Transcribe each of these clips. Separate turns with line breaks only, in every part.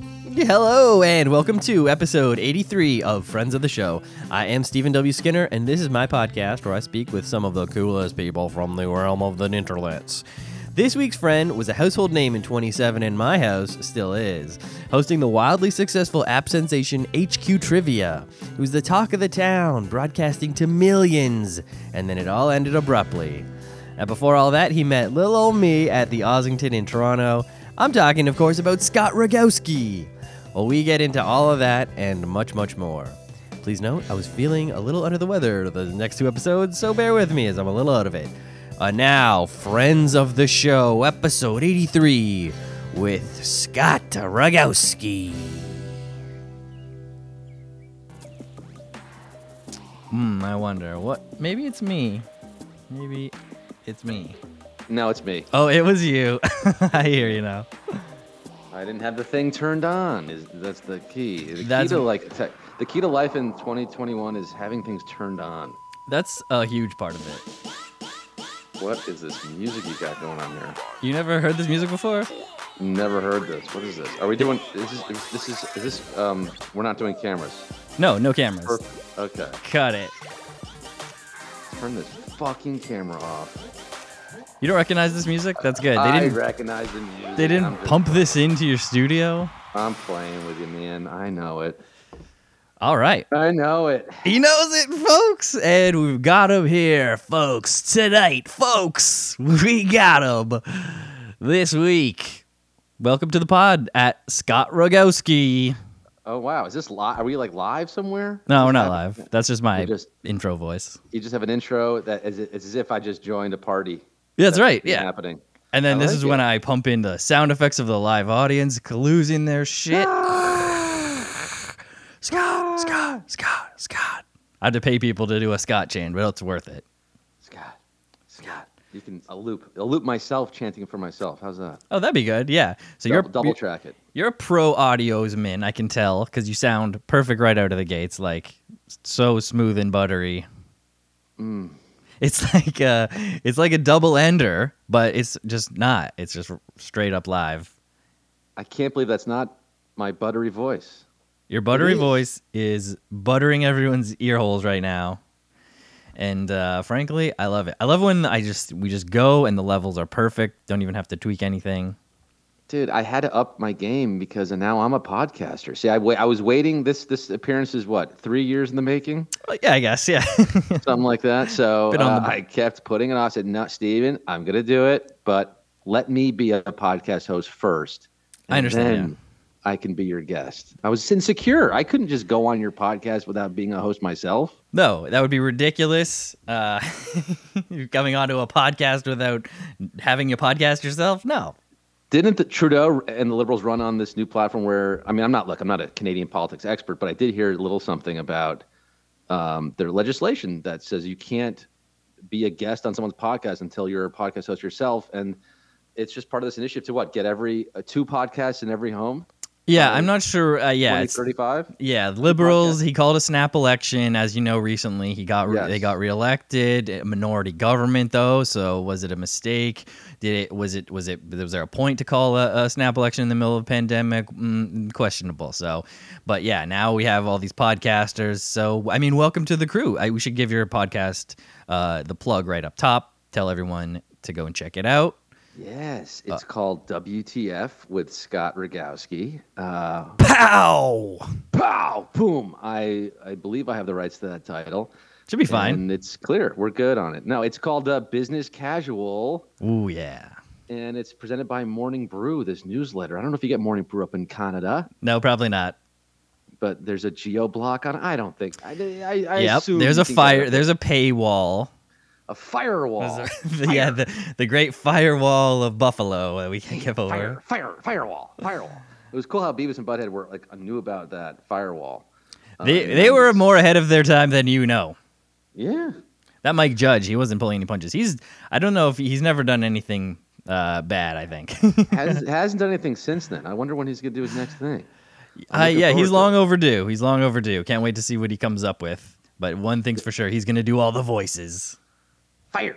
Hello and welcome to episode 83 of Friends of the Show. I am Stephen W. Skinner, and this is my podcast where I speak with some of the coolest people from the realm of the interlets. This week's friend was a household name in 27 and my house, still is, hosting the wildly successful app sensation HQ Trivia, who's the talk of the town, broadcasting to millions, and then it all ended abruptly. And before all that, he met little old me at the Ossington in Toronto. I'm talking, of course, about Scott Rogowski. Well, we get into all of that and much, much more. Please note, I was feeling a little under the weather the next two episodes, so bear with me as I'm a little out of it. Uh, now, Friends of the Show, episode 83, with Scott Rogowski.
Hmm, I wonder what. Maybe it's me. Maybe it's me.
No, it's me.
Oh, it was you. I hear you now.
I didn't have the thing turned on. Is that's the key. The
That's-
key to like tech, the key to life in 2021 is having things turned on.
That's a huge part of it.
What is this music you got going on here?
You never heard this music before?
Never heard this. What is this? Are we doing? Is this? This is. Is this? Um, we're not doing cameras.
No, no cameras.
Perfect. Okay.
Cut it.
Turn this fucking camera off.
You don't recognize this music? That's good. They
I
didn't.
recognize the music.
They
I'm
didn't
just-
pump this into your studio.
I'm playing with you, man. I know it.
All right.
I know it.
He knows it, folks, and we've got him here, folks. Tonight, folks, we got him this week. Welcome to the pod at Scott Rogowski.
Oh wow. Is this live? Are we like live somewhere?
No, we're not
Live?
live. That's just
We're
my
just-
intro voice.
You just have an intro that is it's as if I just joined a party.
Yeah, that's right.
been
Yeah.
happening.
And then
I
this
like
is
it.
when I pump in the sound effects of the live audience losing their shit. Scott, Scott, Scott, Scott. I have to pay people to do a Scott chant, but it's worth it.
Scott, Scott, you can I'll loop. I'll loop myself chanting for myself. How's that?
Oh, that'd be good. Yeah. So
Double,
you're
double track it.
You're a pro audios man, I can tell, because you sound perfect right out of the gates, like so smooth and buttery.
Mm.
It's like a, it's like a double ender, but it's just not. It's just straight up live.
I can't believe that's not my buttery voice.
Your buttery
is.
voice is buttering everyone's ear holes right now, and uh, frankly, I love it. I love when I just we just go and the levels are perfect. Don't even have to tweak anything.
Dude, I had to up my game because now I'm a podcaster. See, I, wa- I was waiting. This this appearance is what three years in the making,
Well, yeah, I guess. Yeah.
something like that. So
Been on
uh,
the-
I kept putting it off. I said, "No, Steven, I'm gonna do it, but let me be a podcast host first.
I understand,
Then I can be your guest. I was insecure. I couldn't just go on your podcast without being a host myself.
No, that would be ridiculous. Uh, you're coming onto a podcast without having a podcast yourself? No.
Didn't the Trudeau and the Liberals run on this new platform where I mean I'm not look I'm not a Canadian politics expert but I did hear a little something about um, their legislation that says you can't be a guest on someone's podcast until you're a podcast host yourself and it's just part of this initiative to what get every uh, two podcasts in every home
Yeah,
Oh,
I'm not sure. Uh, yeah, it's,
35
yeah, liberals. He called a snap election, as you know. Recently, he got re-
Yes.
they got reelected. A Minority government, though. So was it a mistake? Did it was it was it was there a point to call a, a snap election in the middle of a pandemic? Mm, questionable. So, but yeah, now we have all these podcasters. So I mean, welcome to the crew. I, we should give your podcast uh, the plug right up top. Tell everyone to go and check it out.
yes it's called WTF with Scott Rogowski uh,
Pow!
pow boom I I believe I have the rights to that title
Should be fine.
And it's clear. We're good on it. No, it's called uh, Business Casual,
Ooh yeah.
and it's presented by Morning Brew, this newsletter. I don't know if you get Morning Brew up in Canada,
No, probably not.
but there's a geo block on it. I don't think. I, I, I
yep.
assume
There's
you
a
can get
fire.
it.
There's a paywall.
a firewall.
yeah, the, the great firewall of Buffalo that we can give
Fire,
over.
fire, firewall, firewall. It was cool how Beavis and Butthead were like knew about that firewall.
They,
Um,
they were more ahead of their time than you know.
Yeah.
That Mike Judge, he wasn't pulling any punches. He's I don't know if he's never done anything uh, bad. I think.
Has, hasn't done anything since then. I wonder when he's gonna do his next thing. I'm
uh,
looking
yeah, he's
forward to it.
long overdue. He's long overdue. Can't wait to see what he comes up with. But one thing's for sure, he's gonna do all the voices.
Fire,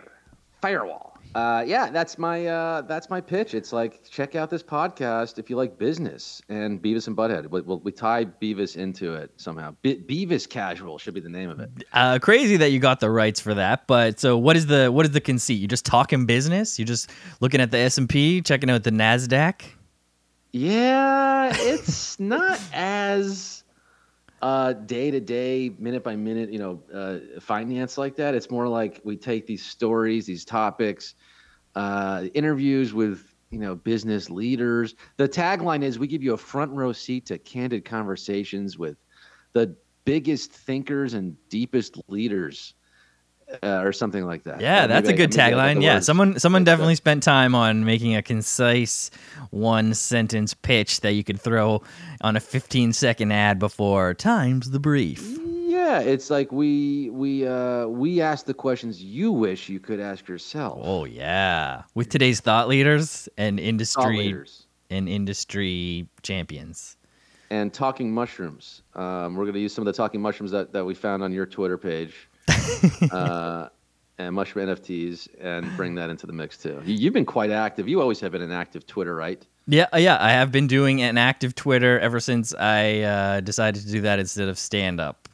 firewall, uh, yeah, that's my uh, that's my pitch. It's like check out this podcast if you like business and Beavis and Butthead. We, we, we tie Beavis into it somehow. Be- Beavis Casual should be the name of it.
Uh, crazy that you got the rights for that. But so what is the what is the conceit? You just talking business? You just looking at the S and P, checking out the Nasdaq?
Yeah, it's not as day to day, minute by minute, you know, uh, finance like that. It's more like we take these stories, these topics, uh, interviews with you know business leaders. The tagline is: we give you a front row seat to candid conversations with the biggest thinkers and deepest leaders. Uh, or something like that.
Yeah,
Or
that's a
maybe I-
good
maybe I got
tagline.
the
Yeah,
words uh,
someone someone
mixed up.
definitely spent time on making a concise one sentence pitch that you could throw on a 15 second ad before times the brief.
Yeah, it's like we we uh we ask the questions you wish you could ask yourself.
Oh yeah, with today's thought leaders and
Thought
industry
leaders.
and industry champions.
and talking mushrooms. Um, we're going to use some of the talking mushrooms that, that we found on your Twitter page, uh, and mushroom NFTs, and bring that into the mix too. You, you've been quite active. You always have been an active Twitter, right?
Yeah, uh, yeah, I have been doing an active Twitter ever since I uh, decided to do that instead of stand up.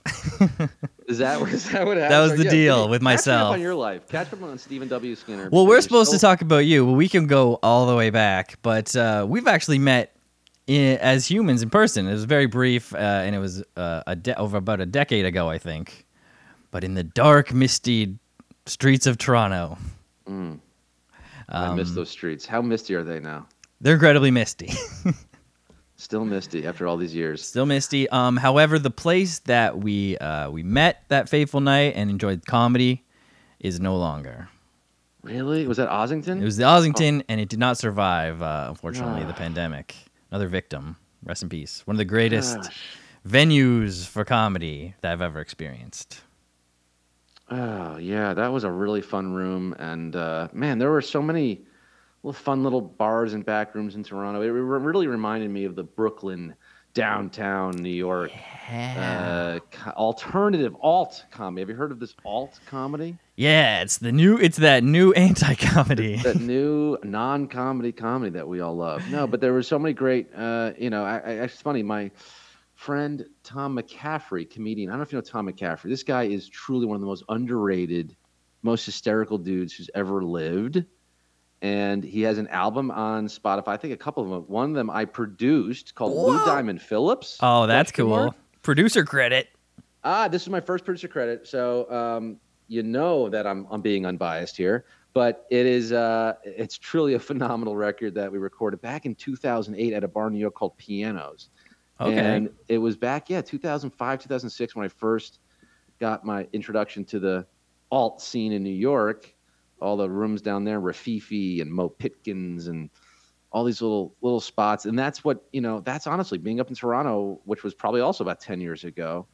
Is that is that what happened?
was the deal with
Catch me up
myself.
on your life. Catch me up on Stephen W. Skinner.
Well, we're
because you're
supposed
so-
to talk about you. Well, we can go all the way back, but uh, we've actually met i as humans in person. It was very brief, uh, and it was uh, a de- over about a decade ago, I think. But in the dark, misty streets of Toronto,
I
um,
miss those streets. How misty are they now?
they're incredibly misty.
Still misty after all these years.
Still misty. Um, however, the place that we uh, we met that fateful night and enjoyed comedy is no longer.
Really? Was that Ossington?
It was the Ossington, and it did not survive, uh, unfortunately, the pandemic. Another victim. Rest in peace. One of the greatest
Gosh.
venues for comedy that I've ever experienced.
Oh yeah, that was a really fun room, and uh, man, there were so many little fun little bars and back rooms in Toronto. It re- really reminded me of the Brooklyn downtown New York uh, co- alternative alt comedy. Have you heard of this alt comedy?
Yeah, it's the new. It's that new anti-comedy.
that new non-comedy comedy that we all love. No, but there were so many great. Uh, you know, I, I, it's funny. My friend Tom McCaffrey, comedian. I don't know if you know Tom McCaffrey. This guy is truly one of the most underrated, most hysterical dudes who's ever lived. And he has an album on Spotify. I think a couple of them. One of them I produced called Blue Diamond Phillips.
Oh, that's
Question
cool.
mark?
Producer credit.
ah, this is my first producer credit, so um, you know that I'm I'm being unbiased here. But it is uh, it's truly a phenomenal record that we recorded back in 2008 at a bar in New York called Pianos.
Okay.
And it was back yeah 2005 2006 when I first got my introduction to the alt scene in New York. All the rooms down there, Rafifi and Mo Pitkins and all these little little spots, and that's what you know. That's honestly being up in Toronto, which was probably also about ten years ago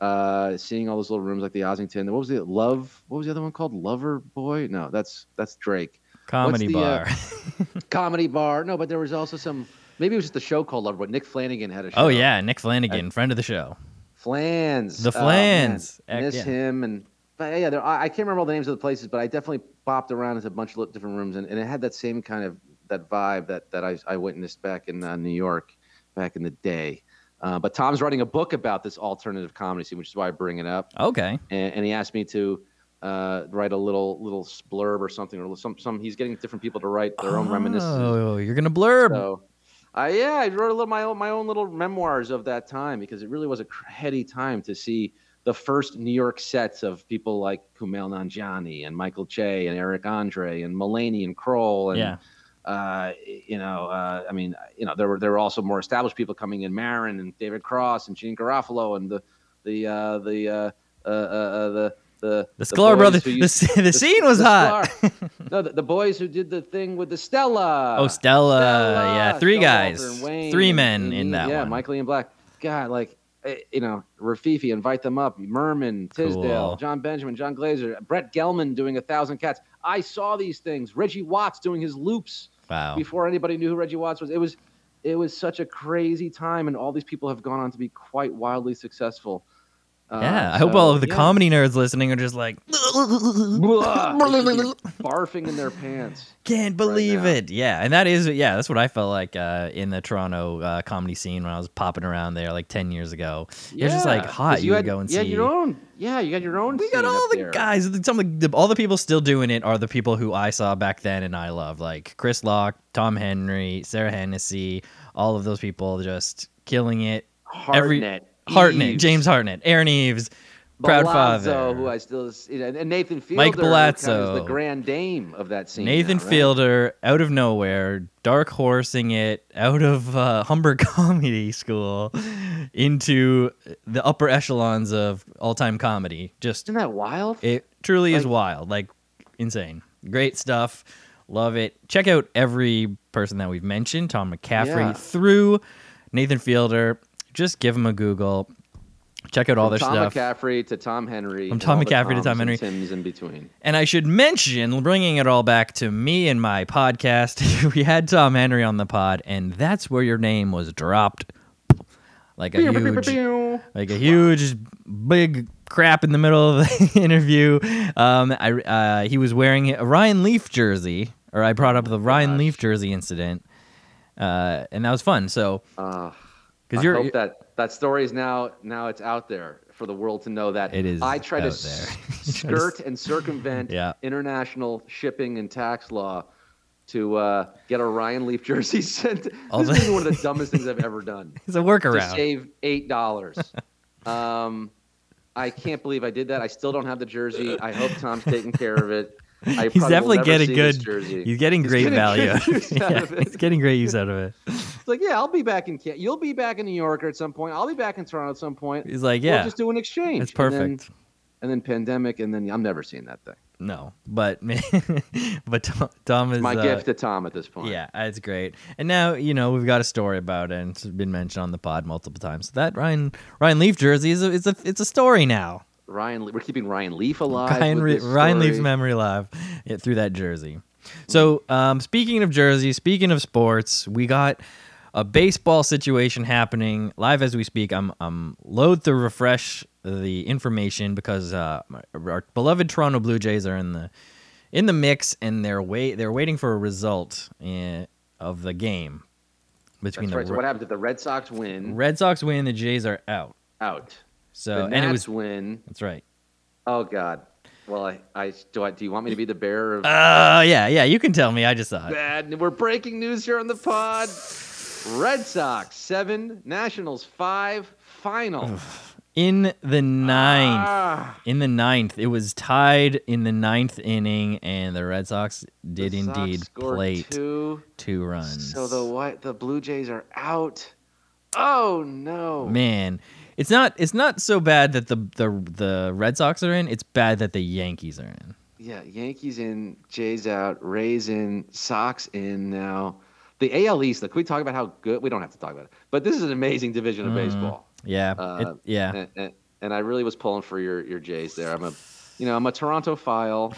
uh, seeing all those little rooms like the Ossington. What was the Love? What was the other one called? Lover Boy? No, that's that's Drake.
Comedy
the, uh,
bar.
Comedy Bar. No, but there was also some. Maybe it was just the show called Lover Boy. Nick Flanagan had a show.
oh yeah, Nick Flanagan, friend of the show.
Flans.
The
Oh, man.
Flans. Heck,
Miss
yeah.
him and. But yeah, there, I, I can't remember all the names of the places, but I definitely bopped around into a bunch of li- different rooms, and, and it had that same kind of that vibe that that I, I witnessed back in uh, New York, back in the day. Uh, but Tom's writing a book about this alternative comedy scene, which is why I bring it up.
Okay.
and, and he asked me to uh, write a little little blurb or something or some some. He's getting different people to write their own reminiscences.
Oh, you're gonna blurb.
So, I yeah, I wrote a little my own my own little memoirs of that time because it really was a cr- heady time to see the first New York sets of people like Kumail Nanjiani and Michael Che and Eric Andre and Mulaney and Kroll and
yeah.
uh, you know, uh, I mean, you know, there were there were also more established people coming in, Marin and David Cross and Gene Garofalo and the the uh, the uh, uh, uh, uh, the the
The Sklar
boys
brothers.
who
The,
used-
s- the, scene was
the
hot.
Sklar- no, the, the boys who did the thing with the Stella.
oh, Stella. Yeah, three
Showalter
guys,
and Wayne
three
and-
men
and
in
Ian-
that
yeah,
one.
Michael Ian Black. God, like eh, you know, Rafifi, invite them up. Merman, Tisdale,
Cool.
John Benjamin, John Glazer, Brett Gelman doing a thousand cats. I saw these things. Reggie Watts doing his loops
wow.
before anybody knew who Reggie Watts was. It was it was such a crazy time, and all these people have gone on to be quite wildly successful. Uh,
yeah, I hope all of the comedy nerds listening are just like,
comedy barfing in their pants.
can't believe
now.
it. Yeah, and that is yeah, that's what I felt like uh, in the Toronto uh, comedy scene when I was popping around there like ten years ago. You're just like
'cause
hot. You,
had,
would go and
you had
see.
your own. Yeah, you got your own.
we got
scene
all
up
the
there.
guys. Some of the, all the people still doing it are the people who I saw back then and I love, like Chris Locke, Tom Henry, Sarah Hennessy, all of those people just killing it. every-
Hartnett,
Hartnett,
Eves,
James Hartnett, Aaron Eves, Proud
Balazzo,
Father,
who I still see, and and Nathan Fielder,
Mike
who kind of is
Balazzo.
the grand dame of that scene.
Nathan
now, right?
Fielder out of nowhere, dark horsing it out of uh, Humber Comedy School into the upper echelons of all time comedy. Just
Isn't that wild?
it truly is
Like-
wild, like insane. Great stuff. Love it. Check out every person that we've mentioned Tom McCaffrey
Yeah.
through Nathan Fielder. Just give him a Google. Check out all
From
their
Tom
stuff.
McCaffrey to Tom Henry.
From
and
Tom
all the
McCaffrey to
Toms
Tom
and
Henry.
Tims in between.
And I should mention, bringing it all back to me and my podcast, we had Tom Henry on the pod, and that's where your name was dropped. Like a huge, like a huge, big crap in the middle of the interview. Um, I, uh, he was wearing a Ryan Leaf jersey, or I brought
Oh
up the Ryan Leaf jersey incident, uh, and that was fun. So,
I
because you're,
hope that that story is now now it's out there for the world to know that
It is
I try to
out
s-
there. You try to s-
skirt and circumvent
Yeah.
international shipping and tax law to uh, get a Ryan Leaf jersey sent.
All
this
the-
is one of the dumbest things I've ever done.
it's a
to
workaround.
save eight dollars. um, I can't believe I did that. I still don't have the jersey. I hope Tom's taking care of it. I probably
He's
will
definitely
never
getting
see this
good.
Jersey.
He's getting great
getting
value.
good use out
Yeah,
of it.
He's getting great use out of it.
It's like, yeah, I'll be back in. Ca- You'll be back in New York at some point. I'll be back in Toronto at some point.
He's like,
we'll
yeah,
just do an exchange.
it's
And then-
perfect.
And then, pandemic, and then I'm never seeing that thing.
No, but but Tom, Tom is
My
uh,
gift to Tom at this point.
Yeah, it's great. And now you know we've got a story about it, and it's been mentioned on the pod multiple times. So that Ryan Ryan Leaf jersey is a, it's a it's a story now.
Ryan, Le- we're keeping Ryan Leaf alive.
Ryan,
with
Re-
this
Ryan Leaf's
story.
memory alive yeah, through that jersey. So um, speaking of jersey, speaking of sports, we got a baseball situation happening live as we speak. I'm I'm loath to refresh the information because uh, my- our beloved Toronto Blue Jays are in the in the mix and they're wait they're waiting for a result in, of the game between
That's
the
right. So
Re-
what happens if the Red Sox win?
Red Sox win, the Jays are out.
out.
So
the
and
Nats
it was
win.
that's right.
Oh God. Well, I, I do. I, do you want me to be the bearer of
Uh yeah yeah you can tell me I just saw it.
bad? We're breaking news here on the pod. Red Sox seven, Nationals five, final.
In the ninth,
Ah,
in the ninth, it was tied in the ninth inning, and the Red Sox did
the Sox
indeed
scored
plate two,
two.
runs.
So the white, the Blue Jays are out. Oh no!
man, it's not it's not so bad that the the the Red Sox are in. It's bad that the Yankees are in.
Yeah, Yankees in, Jays out, Rays in, Sox in now. The AL East. Like, can we talk about how good? We don't have to talk about it, but this is an amazing division of
Mhm.
baseball.
Yeah, it,
Uh,
yeah.
and, and, and I really was pulling for your your Jays there. I'm a, you know, I'm a Toronto file.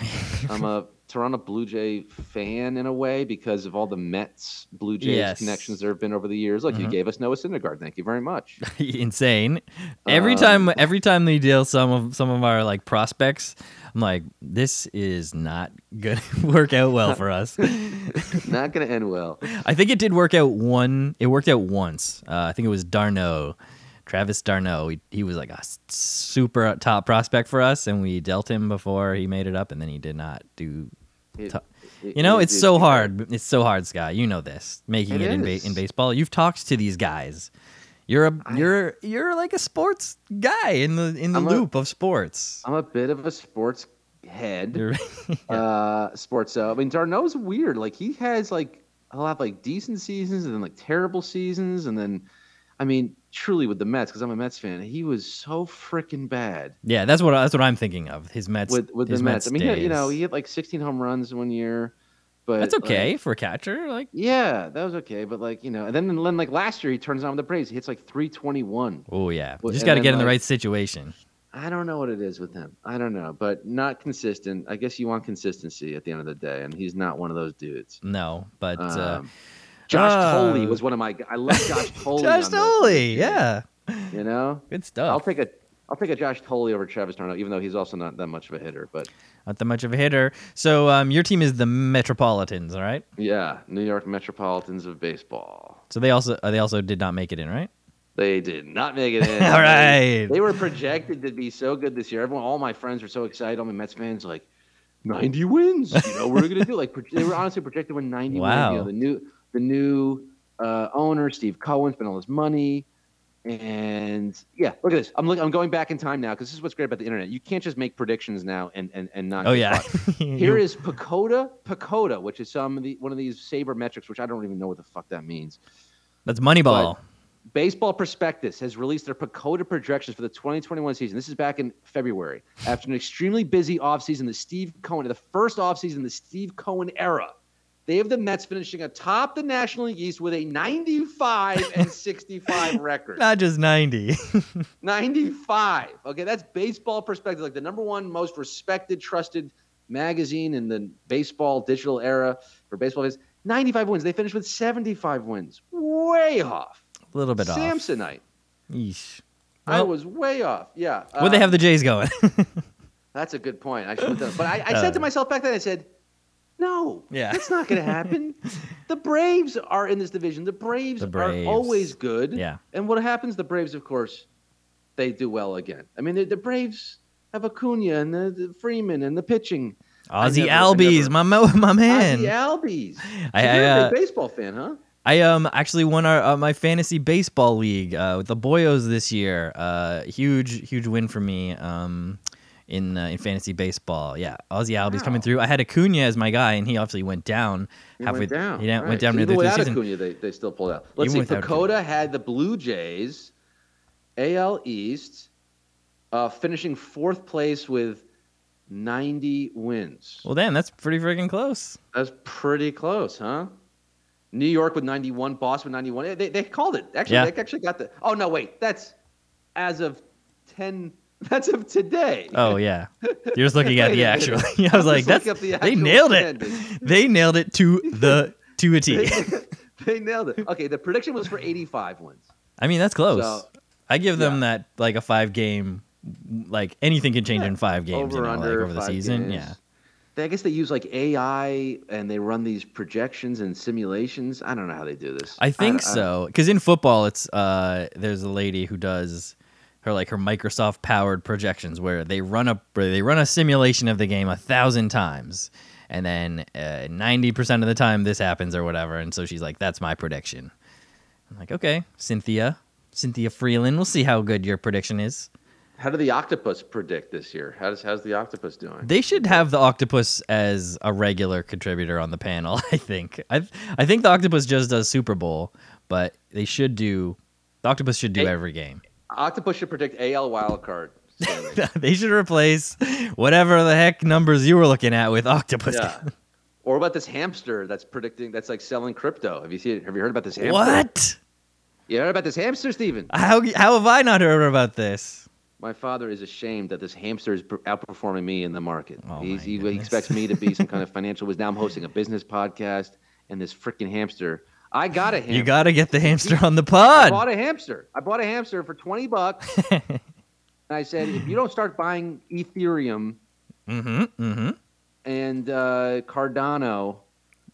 I'm a Toronto Blue Jay fan in a way because of all the Mets Blue Jays
Yes.
connections there have been over the years. Look, you
Mhm.
gave us Noah Syndergaard. Thank you very much.
insane. Every
eh. Um,
time, every time they deal some of some of our like prospects, I'm like, this is not gonna work out well for us.
Not going to end well.
I think it did work out one. It worked out once. Uh, I think it was Darno, Travis Darno. He, he was like a s- super top prospect for us, and we dealt him before he made it up, and then he did not do.
It-
Tou-
it-
You know,
it
it's
did
so
do that.
hard. It's so hard, Scott. You know this. Making it,
It
in,
is.
ba- in baseball, you've talked to these guys. You're a you're you're like a sports guy in the in the
I'm a-
loop of sports.
I'm a bit of a sports head.
You're-
uh sports so i mean darno's weird like he has like he'll have like decent seasons and then like terrible seasons and then i mean truly with the mets because i'm a mets fan he was so freaking bad
yeah, that's what I- that's what I'm thinking of. His Mets
with with
his
the mets, i mean he had- you know
days.
he had like 16 home runs one year but
that's
like,
okay for a catcher. Like
yeah that was okay but like you know and then, and then like last year he turns on with the braves he hits like 321
oh yeah,
Well,
just
and
got to
then,
get in the
like-
right situation.
i don't know what it is with him i don't know but not consistent i guess you want consistency at the end of the day and he's not one of those dudes
No, but uh,
Um, Josh
uh,
Tolley was one of my. I love Josh Tolley.
Josh
on the-
Doley, yeah, Oh.
You know,
good
I'll
stuff.
take a I'll take a Josh Tolley over Travis Darno, even though he's also not that much of a hitter. But
Not that much of a hitter. So um, your team is the Metropolitans, all right?
yeah, New York Metropolitans of baseball.
So they also uh, they also did not make it in, right?
They did not make it in.
All right.
They were projected to be so good this year. Everyone, all my friends were so excited. All my Mets fans, like, 90 wins. You know, we're gonna do like pro- they were honestly projected to win 90
Wow.
wins. You know, the new the new uh, owner, Steve Cohen, spent all his money. And yeah, look at this. I'm look, I'm going back in time now because this is what's great about the internet. You can't just make predictions now and and, and not
Oh
get
yeah.
caught. Here is Pacoda Pacoda, which is some of the one of these saber metrics, which I don't even know what the fuck that means.
That's Moneyball.
Baseball Prospectus has released their Pacoda projections for the 2021 season. This is back in February. After an extremely busy offseason, the Steve Cohen, the first offseason, the Steve Cohen era, they have the Mets finishing atop the National League East with a 95 and 65 record.
Not just 90.
95. Okay, that's baseball perspective, like the number one most respected, trusted magazine in the baseball digital era for baseball fans. 95 wins. They finished with 75 wins. Way off.
a little bit off.
Samsonite.
Yeesh.
I
Well-
was way off. Yeah.
Where they
um,
have the Jays going?
That's a good point. I should have done. But I, I said to myself back then, I said, no,
Uh, Yeah.
that's not going to happen. the Braves are in this division. The Braves,
The Braves.
are always good.
Yeah.
And what happens? The Braves, of course, they do well again. I mean, the, the Braves have Acuna and the, the Freeman and the pitching.
Ozzy
never- I
Albies,
never-
my mo- my man.
Ozzy Albies.
I-
So
I,
you're
uh,
a big baseball fan, huh?
I um actually won our uh, my fantasy baseball league uh, with the Boyos this year. Uh, huge huge win for me. Um. In, uh, in fantasy baseball, yeah, Ozzy Albies coming
Wow.
through. I had Acuna as my guy, and he obviously went down
He
halfway.
went down.
He went
Right.
down
so
near the third
even without
season.
Acuna, they, they still pulled out. Let's
Even
see.
without
Pacoda had the Blue Jays, AL East, uh, finishing fourth place with 90 wins.
Well, damn, that's pretty freaking close.
That's pretty close, huh? New York with 91, Boston with 91. Eh, They, they called it. Actually,
Yeah.
they actually got the. Oh no, wait. That's as of 10. That's of today.
Oh yeah, you're just looking at
Wait
the
a
actual.
minute.
I was like,
Let's look
that's
up the
they
actual
nailed it.
standings.
They nailed it to the to a T.
they nailed it. Okay, the prediction was for 85 wins.
I mean, that's close.
So,
I give them that like a five game, like anything can change in five games, you
over
know,
under
like over the
five
season.
games.
Yeah,
They, I guess they use like AI and they run these projections and simulations. I don't know how they do this.
I think
don't- I-
so. Because in football, it's uh, there's a lady who does her like her Microsoft powered projections where they run a where they run a simulation of the game a thousand times, and then uh, ninety percent of the time this happens or whatever, and so she's like, "That's my prediction." I'm like, "Okay, Cynthia, Cynthia Freeland, we'll see how good your prediction is."
How do the octopus predict this year? How does how's the octopus doing?
They should have the octopus as a regular contributor on the panel. I think. I I think the octopus just does Super Bowl, but they should do. The octopus should do
Hey.
every game.
octopus should predict AL wildcard. standings.
they should replace whatever the heck numbers you were looking at with octopus.
yeah. Or what about this hamster that's predicting that's like selling crypto? Have you seen? Have you heard about this hamster?
what?
You heard about this hamster, Steven?
How how have I not heard about this?
My father is ashamed that this hamster is per- outperforming me in the market.
Oh,
He's,
my
he, he
goodness.
expects me to be some kind of financial whiz. Now I'm hosting a business podcast, and this freaking hamster. I got a hamster.
You got to get the hamster on the
I
pod.
bought a hamster. I bought a hamster for 20 bucks. and I said, if you don't start buying Ethereum
Mm-hmm. Mm-hmm.
and uh, Cardano,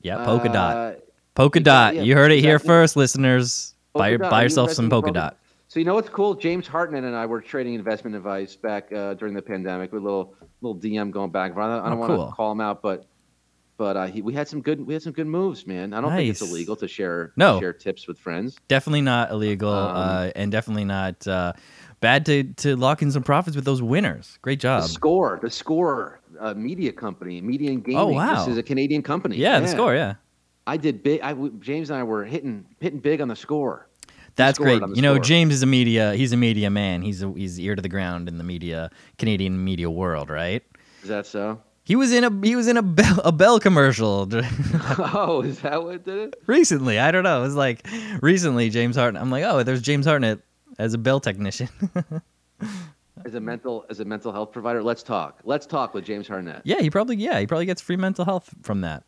Yeah. Polka dot.
uh,
Polka
you-
dot.
yeah,
you heard it here
exactly.
first, listeners. buy,
Polkadot,
your,
are
buy
you
yourself
investing
some
in
polka
Polka-
dot.
So you know what's cool? James Hartnett and I were trading investment advice back uh, during the pandemic with a little little DM going back. and forth. I don't, I don't
Oh,
want
cool.
to call him out, but but uh, he, we had some good we had some good moves, man. I don't think it's
Nice.
illegal to share
No.
share tips with friends.
Definitely not illegal,
Um,
uh, and definitely not uh, bad to to lock in some profits with those winners. Great
The
job. Oh,
score, the score, uh, media company, media and gaming.
wow.
This is a Canadian company.
Yeah, the score. Yeah.
I did big. I, w- James and I were hitting hitting big on the score.
That's
scored
great.
on the
You know,
score.
James is a media. He's a media man. He's a, he's ear to the ground in the media, Canadian media world, right?
Is that so?
He was in a he was in a Bell a Bell commercial
oh, is that what did it?
recently. I don't know. It was like recently James Hartnett. I'm like, oh, there's James Hartnett as a Bell technician.
As a mental as a mental health provider, let's talk. Let's talk with James Hartnett.
yeah, he probably yeah he probably gets free mental health from that.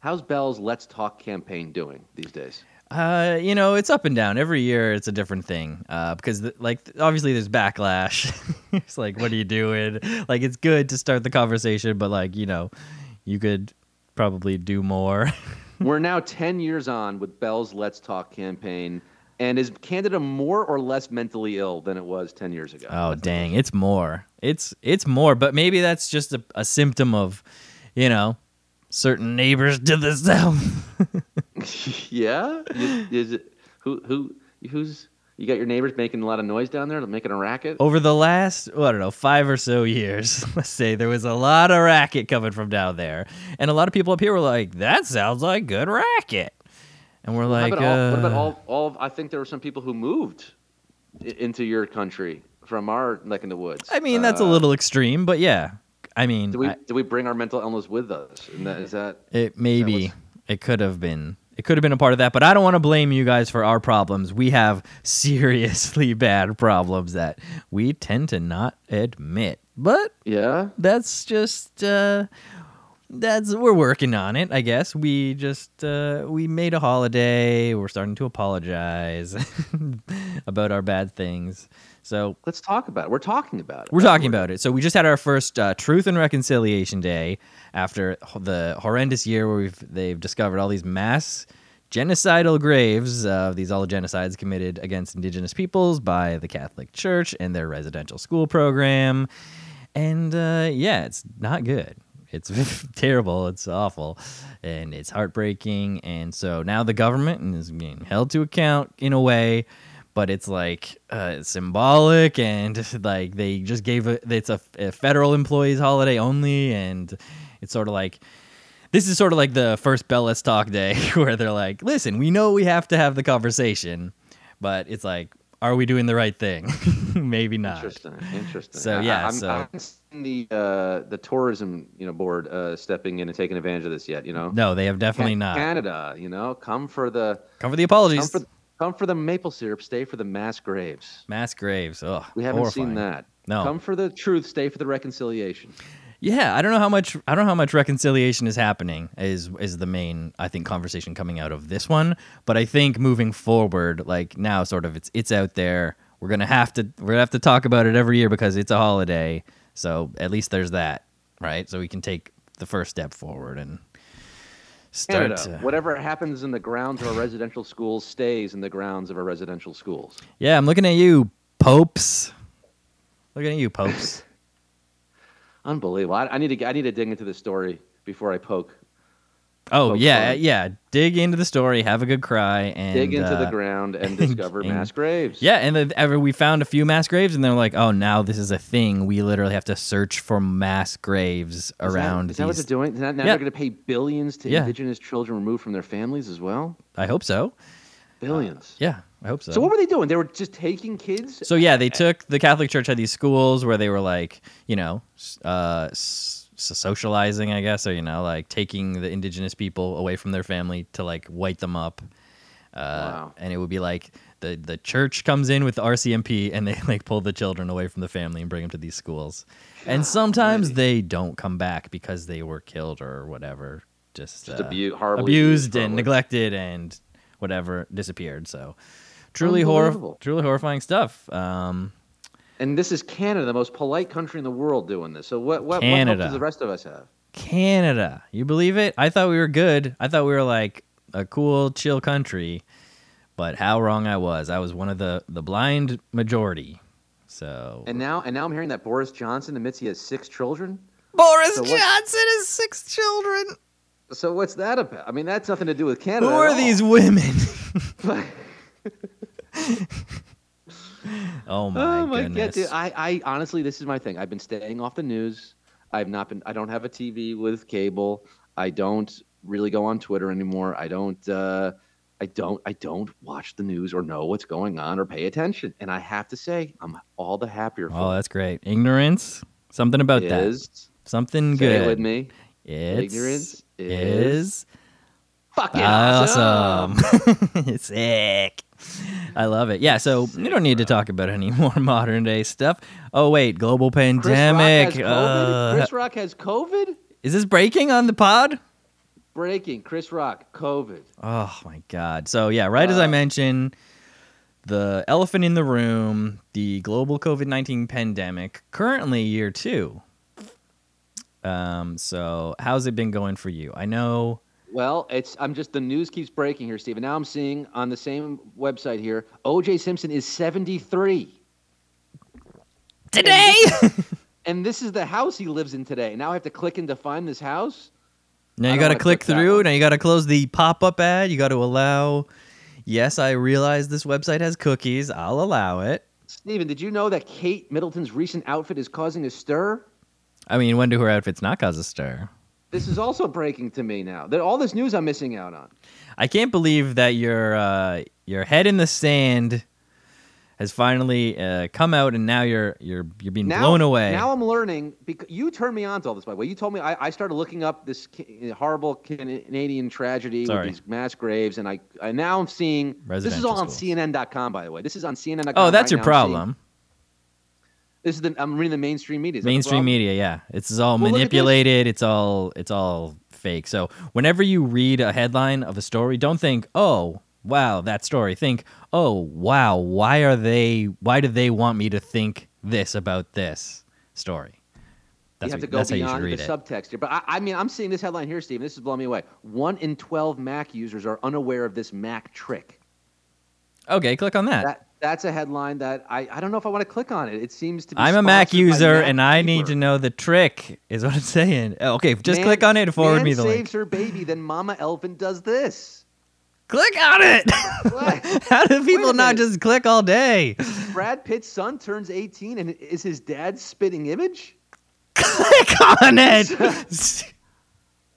How's Bell's Let's Talk campaign doing these days?
Uh, you know, it's up and down. Every year, it's a different thing. Uh, because the, like obviously there's backlash. it's like, what are you doing? Like, it's good to start the conversation, but like, you know, you could probably do more.
We're now 10 years on with Bell's Let's Talk campaign. And is Canada more or less mentally ill than it was 10 years ago?
oh, dang, it's more. It's it's more, but maybe that's just a, a symptom of, you know, certain neighbors to the south.
yeah? Is, is it who who who's you got your neighbors making a lot of noise down there, making a racket?
Over the last, well, I don't know, five or so years, let's say there was a lot of racket coming from down there, and a lot of people up here were like, "That sounds like good racket," and we're like,
How about all, what about
uh,
all, all of, I think there were some people who moved i- into your country from our neck in the woods.
I mean, that's a
Uh,
little extreme, but yeah, I mean,
Do we
I-
do we bring our mental illness with us? And that, is that
it maybe it could have been it could have been a part of that, but I don't want to blame you guys for our problems. We have seriously bad problems that we tend to not admit, but
yeah?
that's just uh that's we're working on it i guess we just uh we made a holiday we're starting to apologize about our bad things so
Let's talk about it. We're talking about it.
we're talking about it so we just had our first uh, truth and reconciliation day after h- the horrendous year where we've they've discovered all these mass genocidal graves of these all genocides committed against indigenous peoples by the catholic church and their residential school program and uh, yeah, it's not good. It's terrible. It's awful, and it's heartbreaking. And so now the government is being held to account in a way, but it's like uh, it's symbolic, and like they just gave a, it's a, a federal employees holiday only, and it's sort of like this is sort of like the first Bell Let's Talk day where they're like, listen, we know we have to have the conversation, but it's like, are we doing the right thing? Maybe not.
Interesting. Interesting.
So,
I-
yeah,
I, I'm,
so-
I haven't seen the uh, the tourism you know board uh, stepping in and taking advantage of this yet. You know,
No, they have definitely
Ca-
not.
Canada, you know, come for the
Come for the
come
apologies.
for, come for the maple syrup, stay for the mass graves.
Mass graves. Ugh,
We haven't
horrifying.
seen that.
No.
Come for the truth, stay for the reconciliation.
Yeah, I don't know how much I don't know how much reconciliation is happening is is the main I think conversation coming out of this one. But I think moving forward, like now, sort of it's it's out there. We're gonna have to we're gonna have to talk about it every year because it's a holiday. So at least there's that, right? So we can take the first step forward and start.
Canada,
to-
whatever happens in the grounds of our residential schools stays in the grounds of our residential schools.
yeah, I'm looking at you, popes. Looking at you, popes.
Unbelievable. I, I need to get- I need to dig into this story before I poke.
Oh
Poke
yeah,
fun.
yeah. Dig into the story, have a good cry, and
Dig into the
uh,
ground and discover
and-
mass graves.
Yeah, and then ever we found a few mass graves, and they're like, oh, now this is a thing. We literally have to search for mass graves
Is that-
around
Is that what
these.
they're doing? Now, now
Yeah.
they're going to pay billions to
Yeah.
indigenous children removed from their families as well.
I hope so.
Billions.
Yeah, I hope so.
So what were they doing? They were just taking kids.
So yeah, they took the Catholic Church had these schools where they were like, you know, s- uh, s- socializing, I guess, or you know, like taking the indigenous people away from their family to like white them up. Uh,
Wow.
And it would be like the the church comes in with the RCMP and they like pull the children away from the family and bring them to these schools. And sometimes they don't come back because they were killed or whatever, just,
Just
uh,
abu- horribly
abused
abused,
and
probably.
neglected and whatever disappeared. So truly horrible,
Unbelievable.
truly horrifying stuff. Um,
and this is Canada, the most polite country in the world, doing this. So what? What, what hope
Canada.
does the rest of us have?
Canada, you believe it? I thought we were good. I thought we were like a cool, chill country, but how wrong I was. I was one of the the blind majority. So
And now, and now I'm hearing that Boris Johnson admits he has six children.
Boris
so what-
Johnson has six children.
So what's that about? I mean, that's nothing to do with Canada.
Who
at
are
all.
these women? oh my,
oh my god,
goodness!
dude! I, I honestly, this is my thing. I've been staying off the news. I've not been. I don't have a TV with cable. I don't really go on Twitter anymore. I don't. Uh, I don't. I don't watch the news or know what's going on or pay attention. And I have to say, I'm all the happier
oh,
for
that's great. Ignorance. Something about
it.
that.
Is
Something
say
good.
it with me.
It's-
Ignorance is
is
fucking
awesome. Sick. I love it. Yeah, so we don't need to talk about any more modern day stuff. Oh wait, global
Chris Rock has
pandemic.
COVID.
Uh,
Chris Rock has COVID.
is this breaking on the pod?
Breaking Chris Rock, COVID.
Oh my god. So yeah, right
Uh.
as I mentioned, the elephant in the room, the global COVID nineteen pandemic, currently year two. Um, so how's it been going for you? I know
Well, it's I'm just the news keeps breaking here, Steven. Now I'm seeing on the same website here, OJ Simpson is 73.
today.
And this is the house he lives in today. Now I have to click in to find this house.
now
I
you
don't
got to
wanna
click
click that
through.
one.
Now you got to close the pop up ad. You got to allow. Yes, I realize this website has cookies. I'll allow it.
Steven, did you know that Kate Middleton's recent outfit is causing a stir?
I mean, when do her outfits not cause a stir?
This is also breaking to me now. That all this news I'm missing out on.
I can't believe that your uh, your head in the sand has finally uh, come out, and now you're you're you're being
Now,
blown away.
Now I'm learning because you turned me on to all this. By the way, you told me I, I started looking up this ca- horrible Canadian tragedy
Sorry.
with these mass graves, and I, I now I'm seeing this is
Residential
all on
schools.
CNN.com. By the way, this is on CNN.com.
oh, that's
right
your
now. I'm seeing-
problem.
this is the I'm reading the mainstream media. Is that the
Mainstream
problem?
media, yeah, it's all
Well, look at this.
manipulated. It's all it's all fake. So whenever you read a headline of a story, don't think, oh wow, that story. Think, oh wow, why are they? Why do they want me to think this about this story? That's
you have
what-
to go
that's how you should
beyond
read
the
it.
subtext here. But I, I mean, I'm seeing this headline here, Steve. This is blowing me away. One in 12 Mac users are unaware of this Mac trick.
okay, click on that.
That that's a headline that I, I don't know if I want to click on it. It seems to be.
I'm a Mac
sponsored by
user
Mac
and I need to
Keeper.
know the trick, is what I'm saying. Oh, Okay, just
Man-
click on it and forward
man
me the
saves
link.
her baby, then Mama Elfin does this.
Click on it!
What?
How do people not
minute.
just click all day?
Brad Pitt's son turns 18 and is his dad's spitting image?
click on it!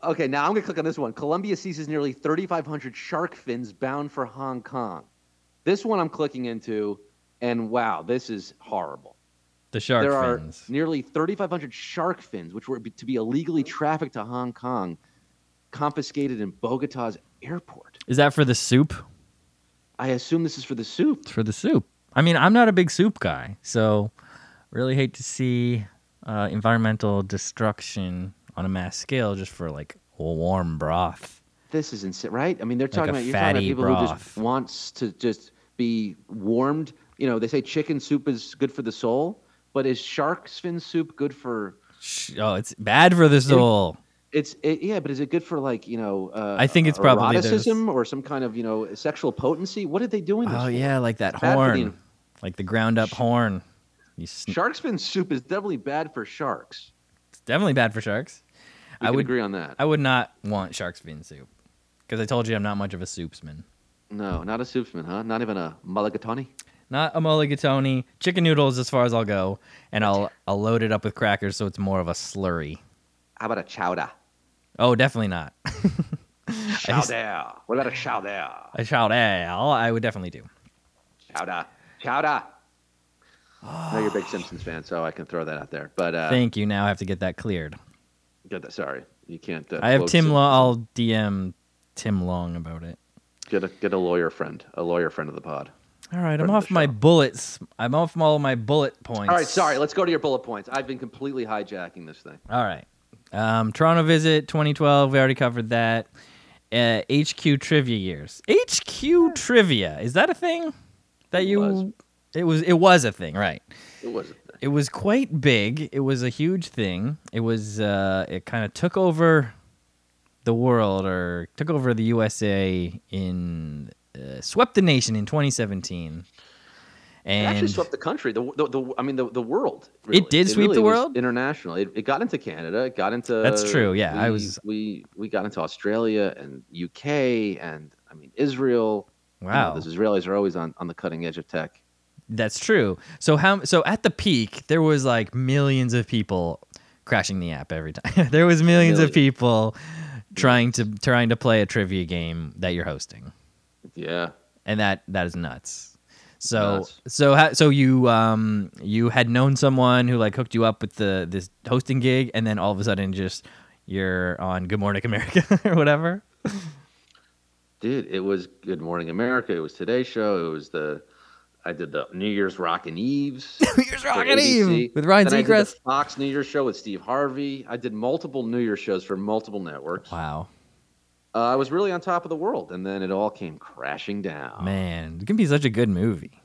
Okay, now I'm going to click on this one. Colombia seizes nearly 3,500 shark fins bound for Hong Kong. This one I'm clicking into, and wow, this is horrible.
the shark
there are
fins.
nearly 3,500 shark fins, which were to be illegally trafficked to Hong Kong, confiscated in Bogota's airport.
Is that for the soup?
I assume this is for the soup.
It's for the soup. I mean, I'm not a big soup guy, so really hate to see uh, environmental destruction on a mass scale just for like warm broth.
This is insane, right? I mean, they're talking
a
about you're talking about
fatty
people who
broth.
just wants to just be warmed. You know, they say chicken soup is good for the soul, but is shark fin soup good for?
Sh- Oh, it's bad for the soul.
It's it, yeah, but is it good for like you know? Uh,
I think it's probably there's-
eroticism or some kind of you know sexual potency. What are they doing? This
Oh
for?
yeah, like that
bad for the
horn,
en-
like the ground up horn. You sn-
Shark's fin soup is definitely bad for sharks.
it's definitely bad for sharks. I
We can
would
agree on that.
I would not want shark's fin soup because I told you I'm not much of a soupsman.
no, not a soupsman, huh? Not even a mulligatawny.
Not a mulligatawny, chicken noodles as far as I'll go, and I'll I'll load it up with crackers so it's more of a slurry.
How about a chowder?
Oh, definitely not. just-
Chowder. What about a chowder?
a shout ale, I would definitely do.
Chowder. Chowder. I know you're a big Simpsons fan, so I can throw that out there. But uh,
Ah. Thank you. Now I have to get that cleared.
good that- sorry, you can't. Uh,
I have
quote
Tim
Sim-
Long. I'll DM Tim Long about it.
Get a get a lawyer friend, a lawyer friend of the pod.
All right,
Friend
I'm
of
off
the
my
show.
bullets. I'm off all my bullet points.
All right, sorry. Let's go to your bullet points. I've been completely hijacking this thing.
All right. Um, Toronto visit 2012. We already covered that. Uh, HQ trivia years. HQ trivia is that a thing that you?
was.
It was. It was a thing, right?
It was.
It was quite big. It was a huge thing. It was. Uh, it kind of took over the world, or took over the USA in uh, swept the nation in 2017.
It
And
actually swept the country. The, the, the I mean the, the world. really.
did sweep
really
the
was
world?
International. It, it got into Canada. It got into.
That's true, yeah,
We,
I was-
We we got into Australia and UK and I mean Israel. You know,
wow,
those Israelis are always on, on the cutting edge of tech.
That's true. So how so at the peak there was like millions of people crashing the app every time. there was millions
Millions.
of people trying to trying to play a trivia game that you're hosting.
Yeah.
And that that is nuts. So
Nuts.
so ha- so you um you had known someone who like hooked you up with the this hosting gig and then all of a sudden just you're on Good Morning America or whatever.
Dude, it was Good Morning America. It was Today Show. It was the I did the New Year's Rockin' Eves.
you're
for
rocking
ABC.
Eve with Ryan
Then I did the
Seacrest.
Fox New Year's show with Steve Harvey. I did multiple New Year's shows for multiple networks.
Wow.
uh, I was really on top of the world, and then it all came crashing down.
Man, it can be such a good movie.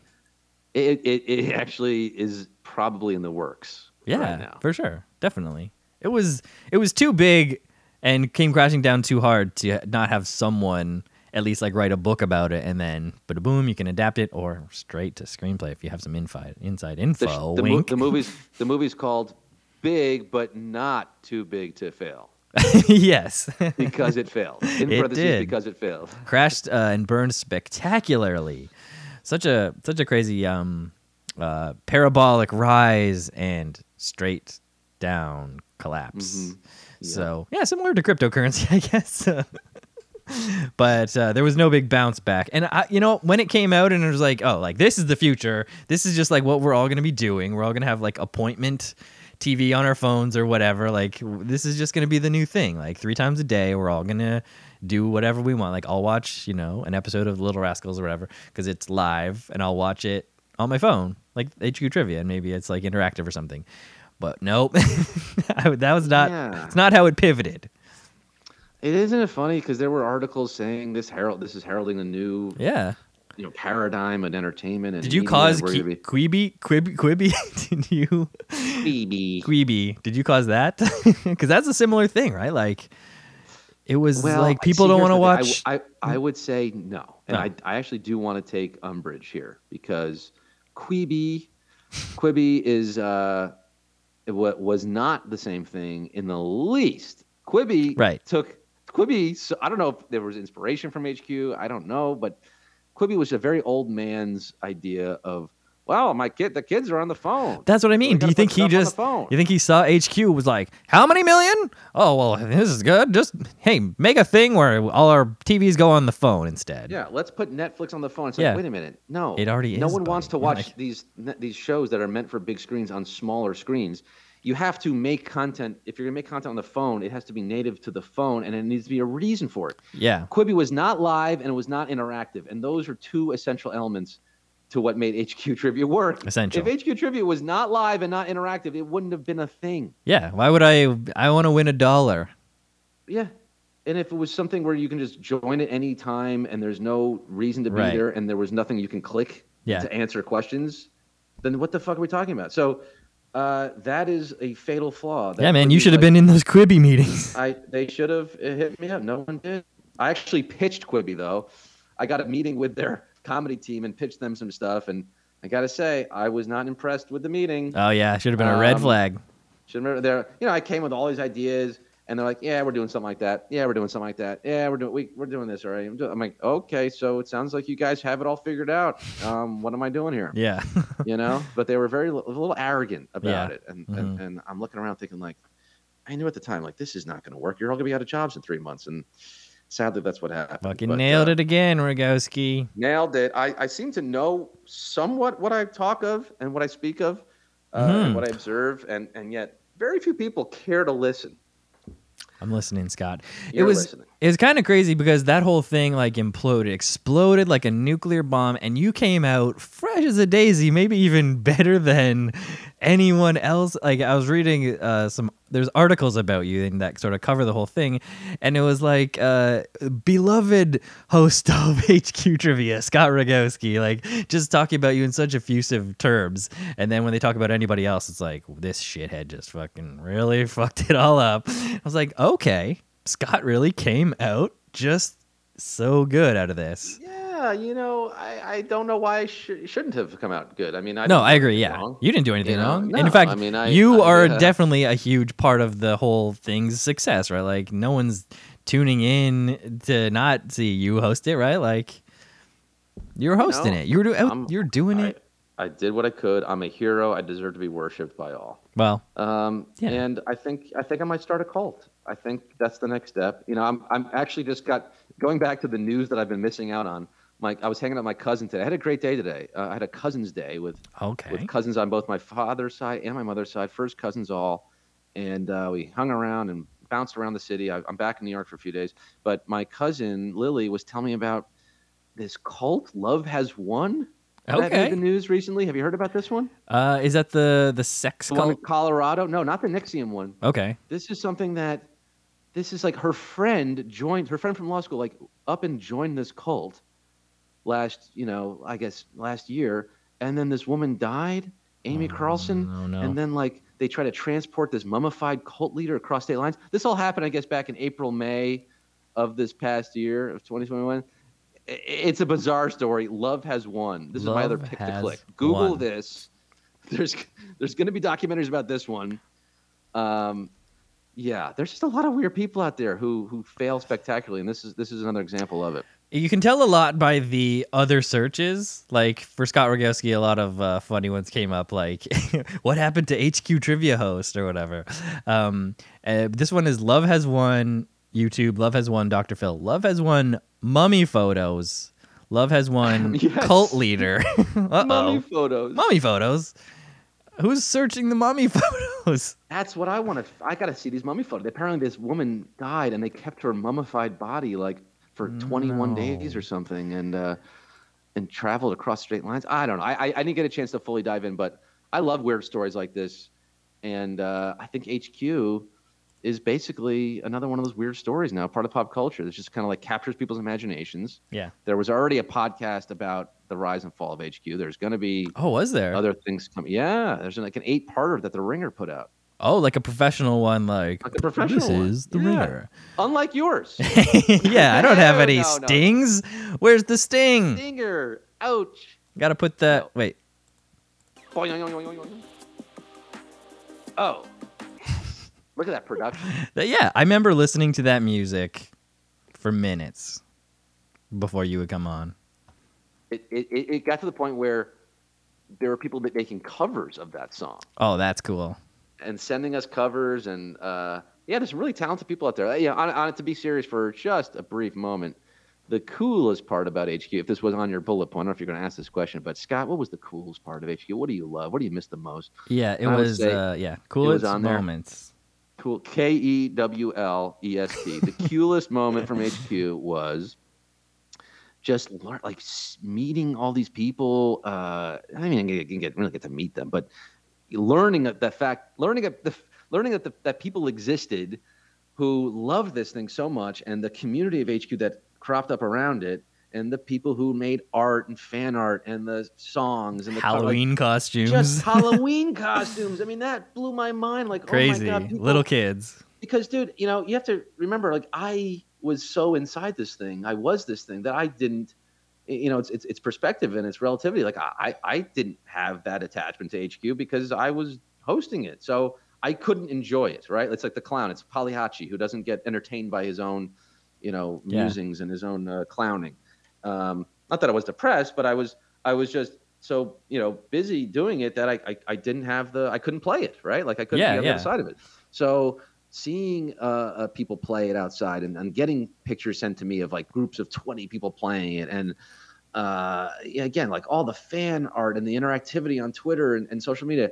It, it it actually is probably in the works.
Yeah,
right now.
for sure, definitely. It was it was too big and came crashing down too hard to not have someone at least like write a book about it and then but boom you can adapt it or straight to screenplay if you have some inside inside
The,
info.
the, mo-
wink.
the movie's the movie's called Big, but not too big to fail
yes,
because it failed. In
It
parentheses,
did.
because it failed.
crashed uh, and burned spectacularly. Such a such a crazy um, uh, parabolic rise and straight down collapse.
Mm-hmm.
So yeah, similar to cryptocurrency, I guess. but uh, there was no big bounce back. And I, you know, when it came out and it was like, oh, like this is the future. This is just like what we're all gonna be doing. We're all gonna have like appointment TV on our phones or whatever. Like w- this is just gonna be the new thing. Like three times a day, we're all gonna do whatever we want. Like I'll watch, you know, an episode of Little Rascals or whatever because it's live, and I'll watch it on my phone, like HQ Trivia, and maybe it's like interactive or something. But nope, I would- that was not.
Yeah.
It's not how it pivoted.
It isn't it funny because there were articles saying this herald this is heralding a new
Yeah.
you know paradigm in entertainment. And
Did you
media,
cause
we're gonna
Qui- Queeby? Quib, Quibby? Did you?
be-
Queeby. Did you cause that? Because that's a similar thing, right? Like, it was
Well,
like people
see,
don't
here's
want to
the thing.
watch.
I, I, I would say no, and
No.
I, I actually do want to take umbrage here because Quibi, Quibi is uh, what was not the same thing in the least. Quibi
Right.
took Quibi. So I don't know if there was inspiration from HQ. I don't know, but Quibi was a very old man's idea of wow, my kid, the kids are on the phone.
that's what I
So we
mean. Do
gotta
you think
put
he
stuff on the
just?
phone.
You think he saw HQ was like, how many million? Oh well, this is good. Just hey, make a thing where all our TVs go on the phone instead.
Yeah, let's put Netflix on the phone. It's
Yeah.
like, wait a minute, no,
It already
No
is,
one wants
buddy.
to
You're
watch these ne- these shows that are meant for big screens on smaller screens. You have to make content. If you're gonna make content on the phone, it has to be native to the phone, and it needs to be a reason for it.
Yeah.
Quibi was not live and it was not interactive, and those are two essential elements to what made HQ Trivia work.
Essential.
If HQ Trivia was not live and not interactive, it wouldn't have been a thing.
Yeah. Why would I? I want to win a dollar.
Yeah. And if it was something where you can just join at any time and there's no reason to be
Right.
there and there was nothing you can click
Yeah.
to answer questions, then what the fuck are we talking about? So uh, that is a fatal flaw. that
yeah, man.
would
You
be
should have
like-
been in those Quibby meetings.
I they should have uh, hit me up. No one did. I actually pitched Quibi though. I got a meeting with their comedy team and pitched them some stuff and I gotta say, I was not impressed with the meeting.
Oh yeah, should have been a red
Um,
flag.
Should remember there. You know, I came with all these ideas, and they're like, "Yeah, we're doing something like that. Yeah, we're doing something like that. Yeah, we're doing we, we're doing this already." I'm, doing, I'm like, "Okay, so it sounds like you guys have it all figured out. Um, what am I doing here?"
Yeah.
You know. But they were very a little arrogant about
Yeah. Mm-hmm.
it, and, and and I'm looking around thinking like, I knew at the time like this is not going to work. You're all going to be out of jobs in three months, and sadly, that's what happened.
Fucking
But,
nailed
uh,
it again, Rogowski.
Nailed it. I, I seem to know somewhat what I talk of and what I speak of, uh,
Mhm.
and what I observe, and and yet very few people care to listen.
I'm listening, Scott. it
You're
was
listening.
it was kind of crazy because that whole thing like imploded, exploded like a nuclear bomb, and you came out fresh as a daisy, maybe even better than anyone else. Like I was reading uh, some there's articles about you and that sort of cover the whole thing, and it was like uh, beloved host of HQ Trivia, Scott Rogowski, like just talking about you in such effusive terms, and then when they talk about anybody else, it's like this shithead just fucking really fucked it all up. I was like, okay. Scott really came out just so good out of this.
Yeah, you know, I, I don't know why I sh- shouldn't have come out good. I mean, I
no,
didn't
I
do
agree.
anything
Yeah,
wrong.
you didn't do anything
know,
wrong. and in
no,
fact,
I mean, I-
you
I-
are
yeah.
definitely a huge part of the whole thing's success, right? Like no one's tuning in to not see you host it, right? Like you're hosting
know,
it. You're do-
I'm-
you're doing
I,
it.
I did what I could. I'm a hero. I deserve to be worshipped by all.
Well,
Um,
Yeah.
And I think I think I might start a cult. I think that's the next step. You know, I'm I'm actually just got going back to the news that I've been missing out on. Like I was hanging out with my cousin today. I had a great day today. Uh, I had a cousin's day with
okay.
with cousins on both my father's side and my mother's side, first cousins all. And uh, we hung around and bounced around the city. I, I'm back in New York for a few days. But my cousin Lily was telling me about this cult, Love Has Won. That made the
Okay.
news recently. Have you heard about this one?
Uh, is that the the sex
The one in
cult?
Colorado? No, not the Nexium one.
Okay.
This is something that this is like her friend joined her friend from law school like up and joined this cult last you know i guess last year and then this woman died amy
Oh,
carlson
oh, no.
and then like they try to transport this mummified cult leader across state lines this all happened i guess back in april may of this past year of 2021 I- it's a bizarre story love has won this is my other
Love
pick to
has
click google
won.
this there's there's going to be documentaries about this one um yeah, there's just a lot of weird people out there who who fail spectacularly, and this is this is another example of it.
You can tell a lot by the other searches. Like for Scott Rogowski, a lot of uh, funny ones came up, like "What happened to HQ trivia host" or whatever. Um, uh, this one is "Love has won YouTube." Love has won Dr. Phil. Love has won mummy photos. Love has won
Yes.
cult leader. uh
Mummy
oh,
photos.
mummy photos. Who's searching the mummy photos?
That's what I want to. I got to see these mummy photos. Apparently, this woman died, and they kept her mummified body like for 21 days
No.
or something, and uh, and traveled across straight lines. I don't know. I, I I didn't get a chance to fully dive in, but I love weird stories like this, and uh, I think HQ is basically another one of those weird stories now, part of pop culture. That's just kind of like captures people's imaginations.
Yeah.
There was already a podcast about the rise and fall of HQ. There's going to be
Oh, was there?
other things coming. Yeah, there's like an eight-parter that the Ringer put out.
oh, like a professional one. Like,
Like a professional
this
one.
is the
Yeah.
ringer.
Unlike yours.
yeah, I don't have
No,
any
no, no.
stings. Where's the sting?
Stinger. Ouch.
Got to put that. Wait.
Boing, boing, boing, boing, boing. Oh. Look at that production.
Th- Yeah, I remember listening to that music for minutes before you would come on.
It, it, it it got to the point where there were people that making covers of that song
Oh, that's cool.
and sending us covers. And uh, yeah, there's some really talented people out there. Uh, Yeah, on, on it to be serious for just a brief moment. The coolest part about HQ, if this was on your bullet point, I don't know if you're going to ask this question, but Scott, what was the coolest part of HQ? What do you love? What do you miss the most?
Yeah, it
I would
was.
say
Uh, yeah, coolest
on there.
moments.
Cool. K E W L E S T. The coolest moment from HQ was just lear- like s- meeting all these people. Uh, I mean, you can get really get to meet them, but learning that the fact, learning that the f- learning that the, that people existed who loved this thing so much, and the community of HQ that cropped up around it, and the people who made art and fan art, and the songs and the co- like,
Halloween costumes.
just Halloween costumes. I mean, that blew my mind. Like
Crazy.
oh my God, people-
Little kids.
because dude you know you have to remember like i was so inside this thing i was this thing that i didn't you know it's it's, it's perspective and it's relativity like I, I I didn't have that attachment to hq because i was hosting it so i couldn't enjoy it right it's like the clown it's Pagliacci who doesn't get entertained by his own you know
Yeah.
musings and his own uh, clowning um, not that i was depressed but i was i was just so you know busy doing it that i i, I didn't have the i couldn't play it right like i couldn't
Yeah,
be on the
yeah.
other side of it so seeing uh, uh, people play it outside and, and getting pictures sent to me of like groups of 20 people playing it and uh, yeah, again like all the fan art and the interactivity on twitter and, and social media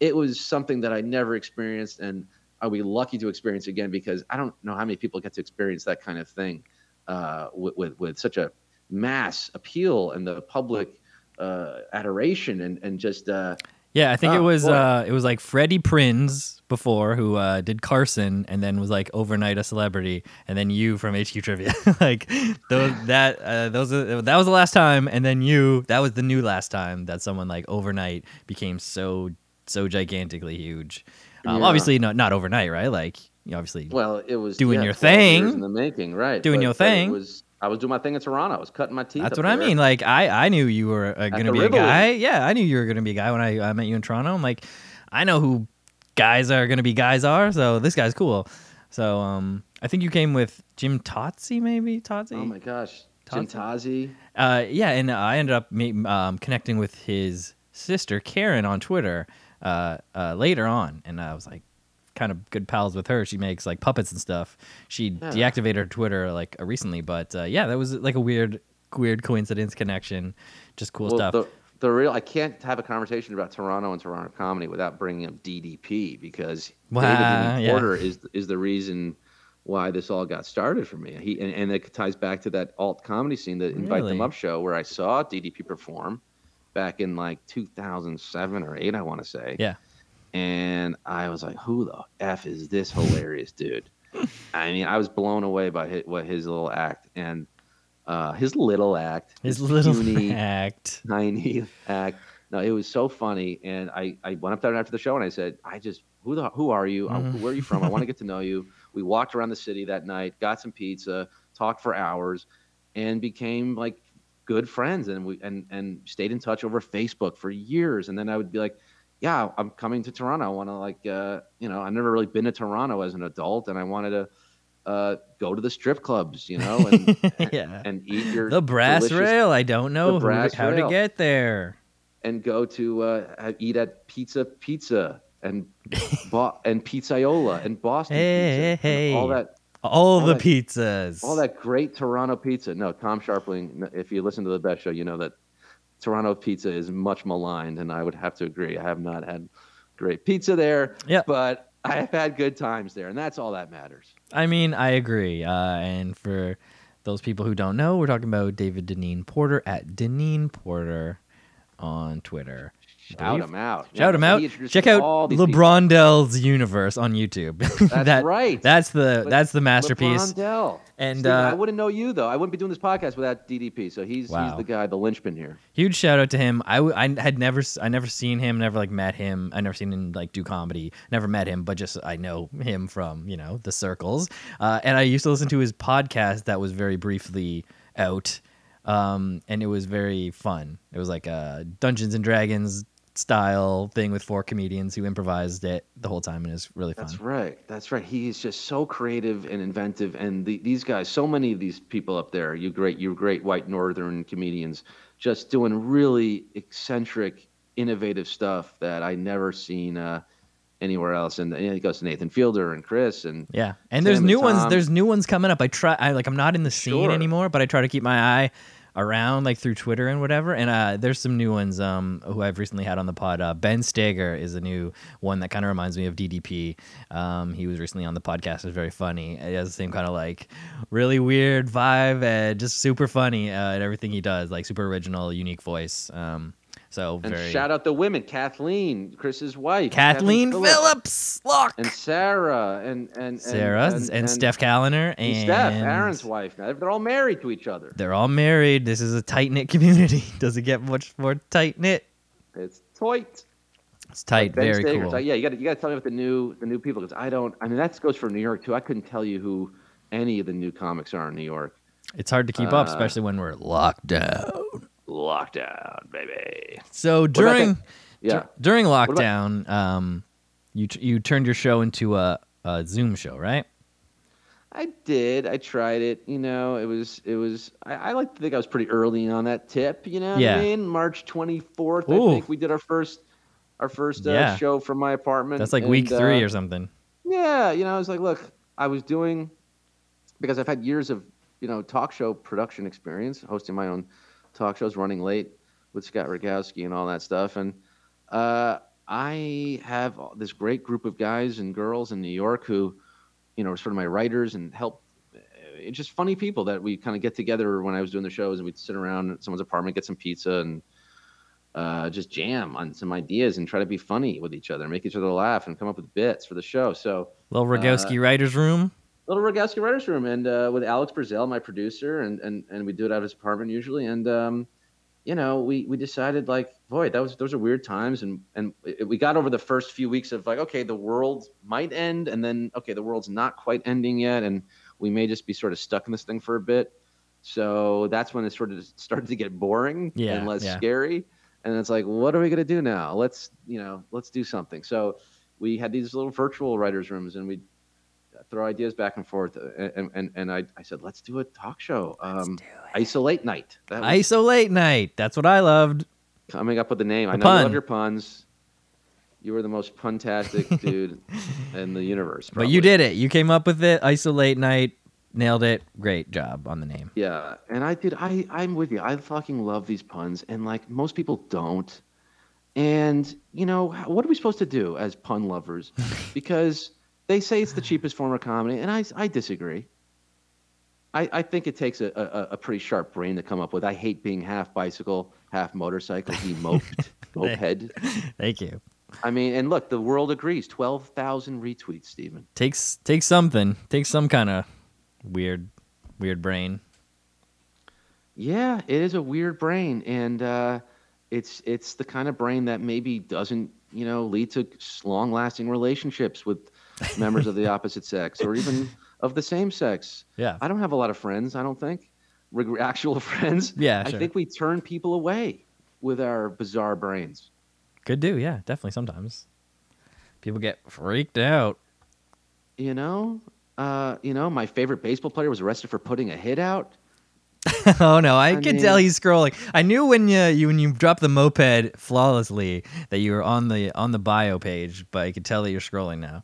it was something that i never experienced and i'll be lucky to experience again because i don't know how many people get to experience that kind of thing uh, with, with, with such a mass appeal and the public uh, adoration and, and just uh,
Yeah, I think it
Oh,
was.
boy.
Uh, it was like Freddie Prinz before, who uh, did Carson, and then was like overnight a celebrity, and then you from HQ Trivia. like those, that, uh, those, are- that was the last time, and then you. That was the new last time that someone like overnight became so, so gigantically huge. Um,
Yeah.
Obviously, not not overnight, right? Like you obviously.
Well, it was
doing
yeah,
your
12 years
thing.
in the making, right?
Doing
But-
your
but it
thing.
was I was doing my thing in Toronto. I was cutting my teeth.
that's
up
what I
there.
mean. Like I, I knew you were uh, gonna
the
be a
Rivoli.
guy. Yeah, I knew you were gonna be a guy when I, I met you in Toronto. I'm like, I know who guys are gonna be guys are. So this guy's cool. So um, I think you came with Jim Totsi, maybe Totsi.
Oh my gosh, Jim Tazi.
Uh, yeah, and I ended up ma- um, connecting with his sister Karen on Twitter uh, uh, later on, and I was like, kind of good pals with her. She makes like puppets and stuff. She
Yeah.
deactivated her Twitter like uh, recently, but uh, yeah, that was like a weird, weird coincidence connection. Just cool
Well,
stuff.
the, the real I can't have a conversation about Toronto and Toronto comedy without bringing up DDP because
Wow,
David Denny
yeah.
Porter is is the reason why this all got started for me. He and, and it ties back to that alt comedy scene, the Invite
Really?
Them Up show, where I saw DDP perform back in like 2007 or eight, I want to say.
Yeah.
And I was like, "Who the f is this hilarious dude?" I mean, I was blown away by his, what his little act and uh, his little act,
His little
puny,
act.
tiny act. No, it was so funny, and I, I went up there after the show and I said, I just who the who are you? I-
Mhm.
Where are you from? I want to get to know you. We walked around the city that night, got some pizza, talked for hours, and became like good friends, and we and and stayed in touch over Facebook for years. And then I would be like, Yeah, I'm coming to Toronto. I want to like uh, you know, I've never really been to Toronto as an adult, and I wanted to uh, go to the strip clubs, you know, and
yeah.
and eat your
The brass
delicious
rail. I don't know who,
brass
how to
rail.
get there.
and go to uh, ha- eat at Pizza Pizza and Bo- and Pizzaiola and Boston
Hey,
Pizza,
hey,
and all
hey.
that
All, the
that-
pizzas.
all that great Toronto pizza. No, Tom Sharpling. If you listen to the best show, you know that Toronto pizza is much maligned, and I would have to agree. I have not had great pizza there,
Yeah.
but I have had good times there, and that's all that matters.
I mean, I agree. Uh, and for those people who don't know, we're talking about David Deneen Porter at Deneen Porter on Twitter.
Shout him out.
Shout him out. Check out LeBron Dell's universe on YouTube.
That's
that,
right.
That's the
Le-
that's the masterpiece.
LeBron Dell.
And,
Steven, I
uh,
wouldn't know you though. I wouldn't be doing this podcast without DDP. So he's
Wow.
he's the guy, the linchpin here.
Huge shout out to him. I, w- I had never s- I never seen him, never like met him. I never seen him like do comedy, never met him, but just I know him from you know the circles. Uh, and I used to listen to his podcast that was very briefly out, um, and it was very fun. It was like a Dungeons and Dragons style thing with four comedians who improvised it the whole time, and it was really fun.
That's right. That's right. He is just so creative and inventive. And the, these guys, so many of these people up there, you great, you great white northern comedians, just doing really eccentric, innovative stuff that I never seen uh, anywhere else. And, and it goes to Nathan Fielder and Chris and
Yeah, and
Sam
there's
and
new ones.
Tom.
There's new ones coming up. I try. I like. I'm not in the scene
Sure.
anymore, but I try to keep my eye around, like through Twitter and whatever. And uh, there's some new ones. Um, who I've recently had on the pod. Uh, ben Stager is a new one that kind of reminds me of DDP. Um, he was recently on the podcast. It was very funny. It has the same kind of like really weird vibe and just super funny uh, at everything he does. Like super original, unique voice. Um, so
and
very.
shout out the women, Kathleen, Chris's wife,
Kathleen
Phillips,
Phillips Locke.
and Sarah and and and-
Sarah and,
and,
Steph Callender and,
and Steph, Aaron's wife. Now they're all married to each other.
They're all married. This is a tight knit community. Does it get much more tight knit?
It's tight.
It's tight.
Ben
Very
Stager,
cool.
so yeah, you got you got to tell me about the new the new people because I don't. I mean, that goes for New York too. I couldn't tell you who any of the new comics are in New York.
It's hard to keep up,
Uh,
especially when we're locked down.
Lockdown, baby.
So
about
during
Yeah,
dur- during lockdown, um, you t- you turned your show into a, a Zoom show, right?
I did. I tried it. You know, it was it was. I, I like to think I was pretty early on that tip. You know, what
Yeah.
I mean, March twenty fourth. I
Ooh.
think we did our first our first uh,
Yeah.
show from my apartment.
That's like week
and,
three
uh,
or something.
Yeah, you know, I was like, look, I was doing because I've had years of you know talk show production experience, hosting my own talk shows, running late with Scott Rogowski and all that stuff, and uh, I have this great group of guys and girls in New York who, you know, are sort of my writers and help. It's just funny people that we kind of get together when I was doing the shows, and we'd sit around at someone's apartment, get some pizza, and uh, just jam on some ideas and try to be funny with each other, make each other laugh, and come up with bits for the show. So
Little Rogowski writers room.
Little Rogowski Writers Room, and uh, with Alex Brazell, my producer, and and and we do it out of his apartment usually. And um, you know, we we decided like, boy, that was those are weird times, and and it, we got over the first few weeks of like, okay, the world might end, and then okay, the world's not quite ending yet, and we may just be sort of stuck in this thing for a bit. So that's when it sort of started to get boring
Yeah,
and less
yeah.
scary. And it's like, what are we gonna do now? Let's you know, let's do something. So we had these little virtual writers rooms, and we throw ideas back and forth. uh, And and, and I, I said, let's do a talk show. Um, Isolate night. That was
ISO late night. That's what I loved.
coming up with the name. I
The
know you
pun.
love your puns. You were the most puntastic dude in the universe.
But you
probably.
did it. You came up with it. ISO late night. Nailed it. Great job on the name.
Yeah, and I did. I I'm with you. I fucking love these puns, and like most people don't. And you know how- what are we supposed to do as pun lovers? Because they say it's the cheapest form of comedy, and I I disagree. I, I think it takes a, a, a pretty sharp brain to come up with. I hate being half bicycle, half motorcycle, he moped, moped.
Thank you.
I mean, and look, the world agrees. Twelve thousand retweets, Stephen.
Takes takes something. Takes some kind of weird weird brain.
Yeah, it is a weird brain, and uh, it's it's the kind of brain that maybe doesn't you know lead to long lasting relationships with members of the opposite sex or even of the same sex.
Yeah.
I don't have a lot of friends. I don't think Reg- actual friends.
Yeah,
I
sure.
think we turn people away with our bizarre brains.
Could do, yeah, definitely sometimes. People get freaked out.
You know, uh, you know, my favorite baseball player was arrested for putting a hit out.
oh no, I,
I
can tell
mean-
he's scrolling. I knew when you, you when you dropped the moped flawlessly that you were on the on the bio page, but I could tell that you're scrolling now.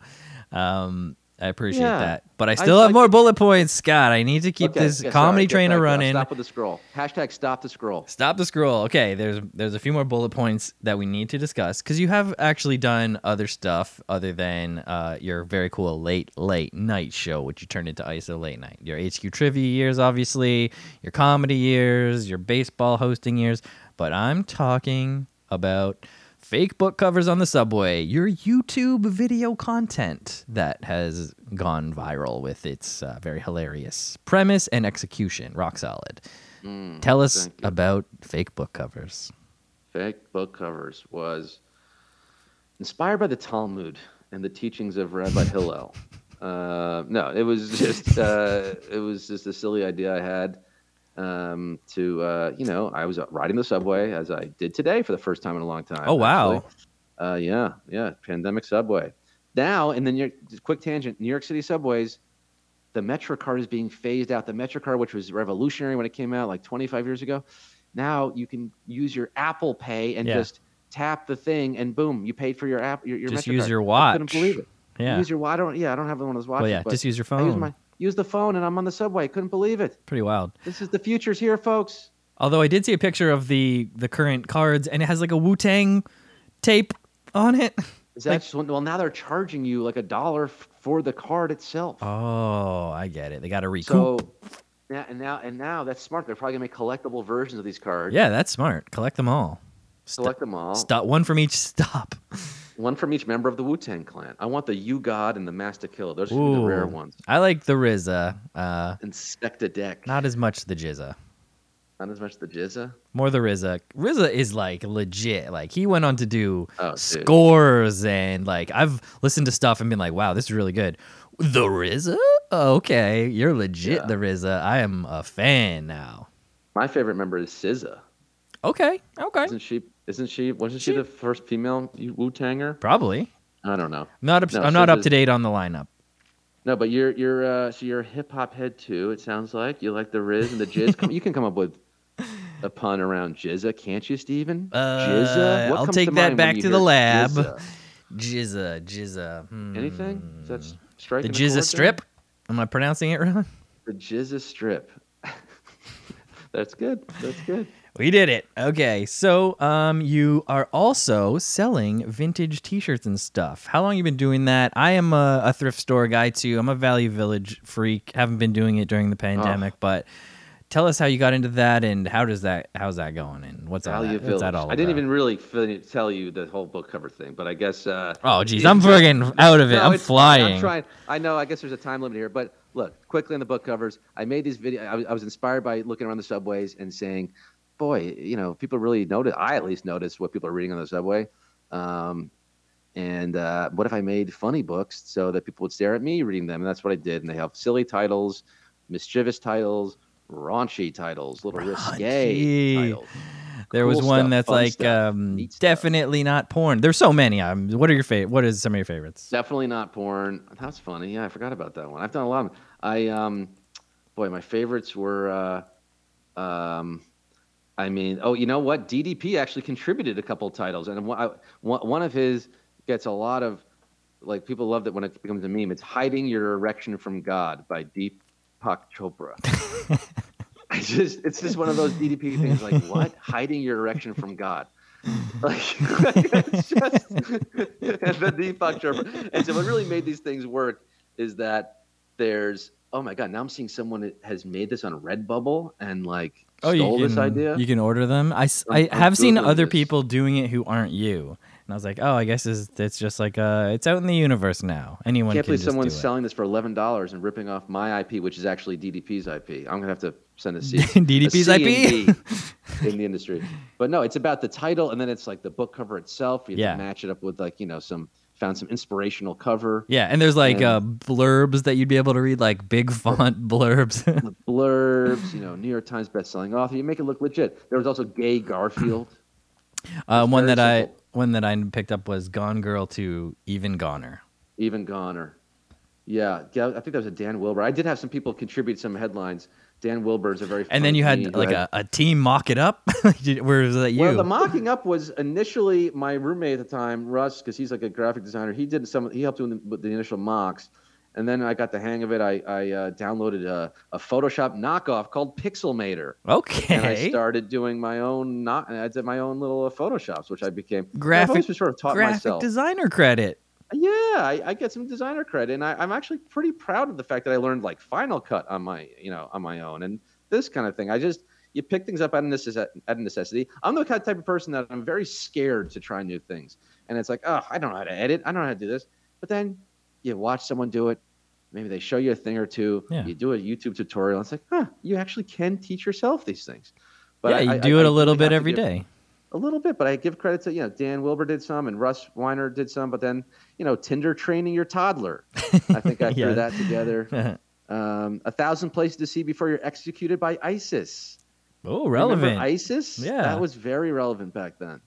Um, I appreciate
Yeah.
that, but I
I-
still have
I-
more bullet points, Scott. I need to keep
Okay,
this
yeah, sorry,
comedy
get
trainer
back to that.
running.
Stop with the scroll. Hashtag stop the scroll.
Stop the scroll. Okay, there's there's a few more bullet points that we need to discuss because you have actually done other stuff other than uh, your very cool late late night show, which you turned into ISO late night. Your HQ trivia years, obviously, your comedy years, your baseball hosting years, but I'm talking about fake book covers on the subway, your YouTube video content that has gone viral with its uh, very hilarious premise and execution, rock solid.
Hmm.
Tell us
Thank you.
about fake book covers.
fake book covers was inspired by the Talmud and the teachings of Rabbi Hillel. Uh, no, it was just uh, it was just a silly idea I had um, to uh, you know I was riding the subway as I did today for the first time in a long time.
Oh, wow.
actually. Uh, yeah, yeah, pandemic subway. Now and then, your just quick tangent: New York City subways. The MetroCard is being phased out. The MetroCard, which was revolutionary when it came out, like 25 years ago, now you can use your Apple Pay and
Yeah.
just tap the thing, and boom, you paid for your app. Your, your
Just
MetroCard.
use your
I couldn't
watch.
believe it.
Yeah.
Use your watch. I don't. Yeah, I don't have one of those watches.
Well, yeah.
but
Just use your
I
phone.
Use my use the phone, and I'm on the subway. Couldn't believe it.
Pretty wild.
This is the future's here, folks.
Although I did see a picture of the the current cards, and it has like a Wu Tang tape on it.
Is that just one- well? Now they're charging you like a dollar f- for the card itself.
Oh, I get it. They got to recoup.
So now and now and now that's smart. They're probably gonna make collectible versions of these cards.
yeah, that's smart. Collect them all. St-
Select them all.
Stop one from each stop.
One from each member of the Wu Tang Clan. I want the You God and the Master Killer. Those are gonna be the rare
Ooh.
ones.
I like the RZA. Uh,
Insecta deck. Not,
not as much the Jizza.
as much the Jizza.
More the RZA. RZA is like legit. Like he went on to do
Oh, dude.
scores and like I've listened to stuff and been like, wow, this is really good. The RZA? Oh, Okay, you're legit.
Yeah.
The RZA. I am a fan now.
My favorite member is SZA.
Okay, okay,
Isn't she? Isn't she? Wasn't she,
She-
the first female Wu Tanger?
probably.
I don't know.
Not up,
No,
I'm not
so
up
the-
to date on the lineup.
No, but you're you're uh, so you're a hip hop head too. It sounds like you like the Riz and the Jizz. Come, you can come up with a pun around Jizza, can't you, Steven?
Uh, I'll
comes
take
to
that
mind when
back
you
to the
hear
lab.
Jizza?
Jizza, Jizza. hmm.
Anything? Is that s-
the
striking? chord
Jizza
there?
strip. Am I pronouncing it wrong?
The Jizza strip. That's good. That's good.
We did it. Okay, so um, you are also selling vintage T-shirts and stuff. How long you been doing that? I am a, a thrift store guy too. I'm a Value Village freak. Haven't been doing it during the pandemic, but tell us how you got into that and how does that how's that going and what's all
Value
that, what's that
Village.
all
I didn't
about?
even really fin- tell you the whole book cover thing, but I guess. Uh,
Oh geez, I'm friggin' out of it.
No,
I'm
it's fine.
flying.
I'm trying. I know. I guess there's a time limit here, but look quickly on the book covers. I made these video. I was, I was inspired by looking around the subways and saying, "Boy, you know, people really notice. I at least notice what people are reading on the subway." Um, and uh, what if I made funny books so that people would stare at me reading them? And that's what I did. And they have silly titles, mischievous titles, raunchy titles, little risque
Raunchy.
titles.
there was
cool
one
stuff,
that's
fun
like
stuff,
um,
neat stuff.
definitely not porn. There's so many. Um, what are your favorite? What is some of your favorites?
Definitely not porn. That's funny. Yeah, I forgot about that one. I've done a lot. Of I um, boy, my favorites were, uh, um, I mean, oh, you know what? DDP actually contributed a couple titles, and one, I, one one of his gets a lot of like people love that when it becomes a meme. It's hiding your erection from God by Deepak Chopra. I just, it's just one of those DDP things. Like what? Hiding your erection from God. Like it's just and the Deepak Chopra. And so what really made these things work is that there's oh my god now I'm seeing someone that has made this on Redbubble and like stole
Oh, you can,
this idea.
You can order them. I, s-
I'm-
I
I'm
have seen
Googling
other
this.
people doing it who aren't you. And I was like, oh, I guess it's, it's just like uh, it's out in the universe now. Anyone
can't
can
believe
just do
someone's
it.
selling this for eleven dollars and ripping off my IP, which is actually DDP's IP. I'm gonna have to send a C. a
DDP's
C and
IP?
D in the industry. But no, it's about the title, and then it's like the book cover itself. You
Yeah.
have to match it up with like you know some found some inspirational cover
Yeah, and there's like
And-
uh, blurbs that you'd be able to read, like big font blurbs. Uh,
the blurbs. You know, New York Times best-selling author. You make it look legit. There was also Gay Garfield.
uh, one
very
that I
simple.
one that I picked up was Gone Girl to Even Goner.
even goner. Yeah, yeah, I think that was a Dan Wilbur. I did have some people contribute some headlines. Dan Wilbur's a very
And then you had
funny
like
guy.
a, a team mock it up. Did- Where was that you?
well, the mocking up was initially my roommate at the time, Russ, because he's like a graphic designer. He did some. He helped with the, with the initial mocks, and then I got the hang of it. I I uh, downloaded a, a Photoshop knockoff called Pixelmator, and I
okay,
started doing my own not. I did my own little uh, photoshops, which I became I've
Graphic-
always sort of taught
graphic
myself.
designer credit.
Yeah, I, I get some designer credit, and I, I'm actually pretty proud of the fact that I learned like Final Cut on my, you know, on my own, and this kind of thing. I just you pick things up out of, necess- out of necessity. I'm the kind of type of person that I'm very scared to try new things, and it's like, oh, I don't know how to edit, I don't know how to do this. But then you watch someone do it, maybe they show you a thing or two.
Yeah.
You do a YouTube tutorial, and it's like, huh, you actually can teach yourself these things.
yeah, you
I- I-
do
I
it a little
really have
bit
to
every
give-
day.
a little bit, but I give credit to you know Dan Wilbur did some and Russ Weiner did some, but then you know Tinder training your toddler. I think I
Yeah.
threw that together. Um, a thousand places to see before you're executed by ISIS.
oh,
Remember
relevant.
ISIS.
Yeah.
that was very relevant back then.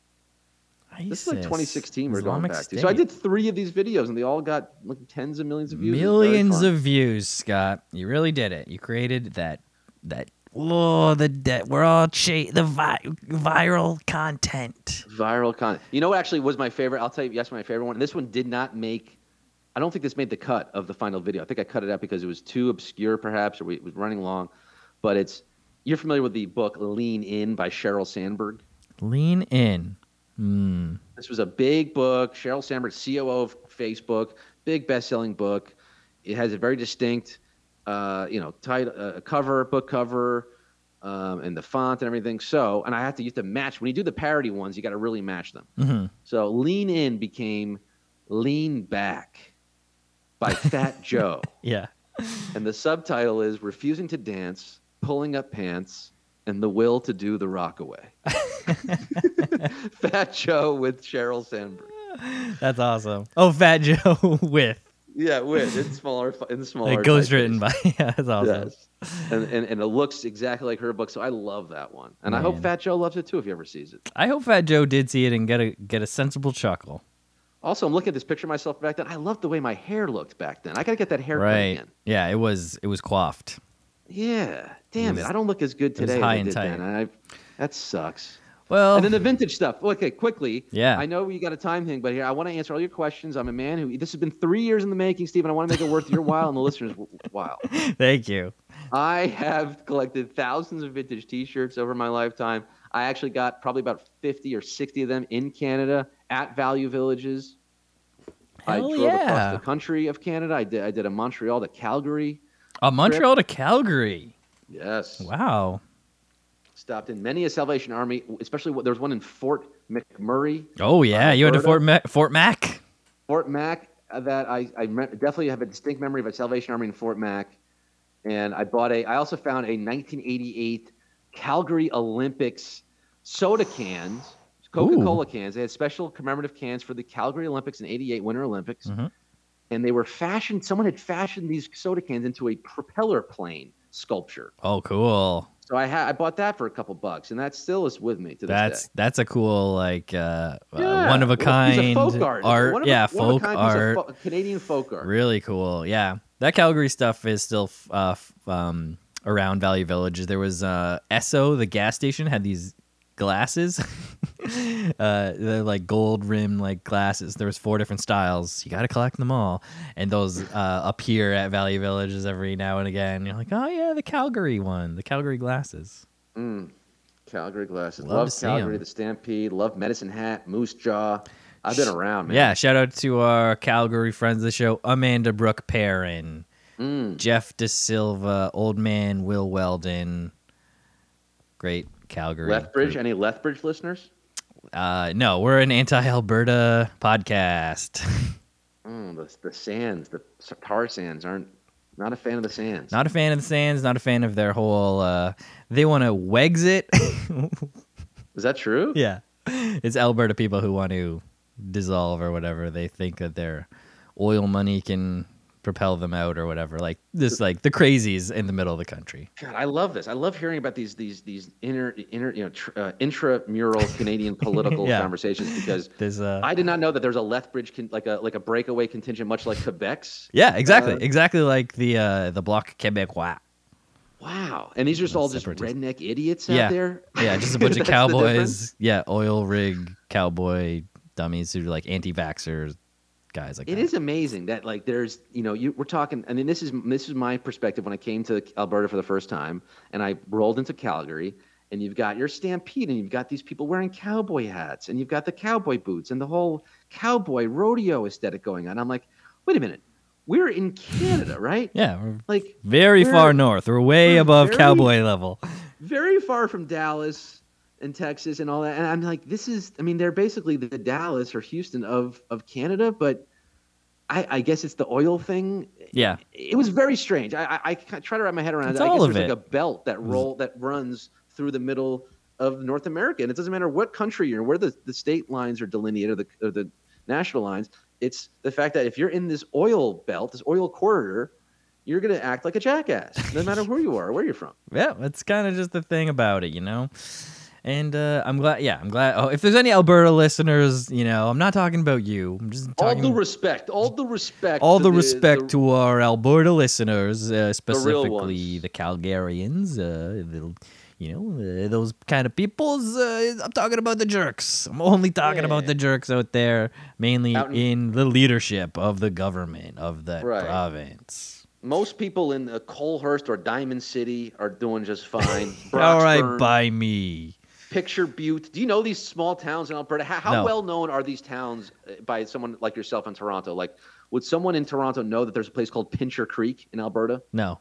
This is like
ISIS,
2016. We're
Islamic
going back to.
State.
So I did three of these videos, and they all got like tens of millions of views. It was very
millions
fun.
of views, Scott. You really did it. You created that that oh the that we're all cha- the vi- viral content.
Viral content. You know what actually was my favorite? I'll tell you, yes, my favorite one. This one did not make, I don't think this made the cut of the final video. I think I cut it out because it was too obscure, perhaps, or we, it was running long. But it's, you're familiar with the book Lean In by Sheryl Sandberg.
Lean in. Mm.
This was a big book. Sheryl Sandberg, COO of Facebook, big best-selling book. It has a very distinct, uh, you know, title, uh, cover, book cover, um, and the font and everything. So, and I have to use to match when you do the parody ones, you got to really match them.
hmm
So lean in became lean back by Fat Joe.
Yeah.
And the subtitle is refusing to dance, pulling up pants, and the will to do the rockaway. Fat Joe with Cheryl Sandberg.
That's awesome. Oh, Fat Joe with
Yeah, with in smaller in smaller.
like ghost
typeface.
written by. Yeah, that's awesome.
Yes. And, and and it looks exactly like her book, so I love that one. And I
Man.
hope Fat Joe loves it too if he ever sees it.
I hope Fat Joe did see it and get a get a sensible chuckle.
Also, I'm looking at this picture of myself back then. I loved the way my hair looked back then. I gotta get that haircut
Right.
again.
Yeah, it was it was quaffed.
Yeah, damn it!
was-
I don't look as good
was
today. as
high
I
and
did
tight.
then. I, that sucks.
Well,
And then the vintage stuff. Okay, quickly.
Yeah.
I know you got a time thing, but here I want to answer all your questions. I'm a man who this has been three years in the making, Steve, and I want to make it worth your while and the listeners' while.
thank you.
I have collected thousands of vintage T-shirts over my lifetime. I actually got probably about fifty or sixty of them in Canada at Value Villages. I
Hell
drove
yeah.
across the country of Canada. I did. I did a Montreal to Calgary.
Uh, Montreal to Calgary.
Yes.
Wow.
stopped in many a Salvation Army, especially there was one in Fort McMurray,
Oh yeah, you went to
Alberta.
Fort Mac, Fort Mac.
Fort Mac. uh, That I, I me- definitely have a distinct memory of a Salvation Army in Fort Mac, and I bought a. I also found a 1988 Calgary Olympics soda cans, Coca-Cola cans. They had special commemorative cans for the Calgary Olympics and '88 Winter Olympics,
Mhm.
and they were fashioned. Someone had fashioned these soda cans into a propeller plane sculpture.
Oh, cool.
So I had I bought that for a couple bucks, and that still is with me to this day.
That's that's a cool like uh, uh
Yeah.
one of a
Well,
kind
he's a folk art.
art.
One of a-
yeah,
one of a
folk
kind piece of
art.
fo- Canadian folk art.
really cool. Yeah, that Calgary stuff is still f- uh, f- um, around Value Village. There was uh, Esso, the gas station, had these glasses. uh, they're like gold rim like glasses. There was four different styles. You got to collect them all, and those uh, appear at Value Villages every now and again. You're like, oh yeah, the Calgary one, the Calgary glasses.
Mm. Calgary glasses.
Love
Love,
to see 'em.
Calgary, the Stampede. Love Medicine Hat, Moose Jaw. I've been around, man.
Yeah, shout out to our Calgary friends of the show, Amanda Brooke Perrin,
Mm.
Jeff De Silva, Old Man Will Weldon. Great Calgary.
Lethbridge.
group.
Any Lethbridge listeners?
Uh, no, we're an anti-Alberta podcast.
Mm, the, the sands, the tar sands aren't. Not a fan of the sands.
not a fan of the Sands. Not a fan of their whole. Uh, they want to wegs it.
Is that true?
yeah, it's Alberta people who want to dissolve or whatever. They think that their oil money can propel them out or whatever. Like this, like the crazies in the middle of the country.
God, I love this. I love hearing about these these these inner inner you know tr- uh, intramural Canadian political
Yeah.
conversations because
There's uh,
I did not know that there's a Lethbridge con- like a like a breakaway contingent much like Quebec's.
yeah, exactly,
uh,
exactly like the uh, the Bloc Québécois.
Wow. And these are just all just
Separatist.
redneck idiots
Yeah.
out there.
Yeah, just a bunch of
That's the difference?
cowboys. Yeah, oil rig cowboy dummies who are like anti-vaxxers guys like
It
that.
is amazing that like there's you know you we're talking. I mean this is this is my perspective when I came to Alberta for the first time and I rolled into Calgary and you've got your stampede and you've got these people wearing cowboy hats and you've got the cowboy boots and the whole cowboy rodeo aesthetic going on. I'm like, wait a minute, we're in Canada, right?
Yeah, we're
Like
very
We're-
far north. We're way
we're
above
very-
cowboy level.
very far from Dallas and Texas and all that. And I'm like, this is, I mean, they're basically the Dallas or Houston of, of Canada, but I, I guess it's the oil thing.
Yeah,
It was very strange. I, I, I ca- try to wrap my head around
It's
it. I guess
all of
there's
it.
like a belt that roll that runs through the middle of North America. And it doesn't matter what country you're in, where the, the state lines are delineated or the, or the national lines. It's the fact that if you're in this oil belt, this oil corridor, you're going to act like a jackass, no matter who you are, or where you're from.
yeah, that's kind of just the thing about it, you know. And uh, I'm glad. Yeah, I'm glad. Oh, if there's any Alberta listeners, you know, I'm not talking about you. I'm just
all
talking
the respect, all the respect,
all
to
the respect
the-
to our Alberta listeners, uh,
real
specifically
ones.
the, Calgarians, uh, the, you know, uh, those kind of peoples. Uh, I'm talking about the jerks. I'm only talking about
Yeah.
the jerks out there, mainly
Out in-
in, the leadership of the government of that
Right.
province.
most people in uh, Colehurst or Diamond City are doing just fine.
all right,
Broxburn,
by me.
Picture Butte. Do you know these small towns in Alberta? How, how
No.
well known are these towns uh, by someone like yourself in Toronto? Like, would someone in Toronto know that there's a place called Pincher Creek in Alberta?
No,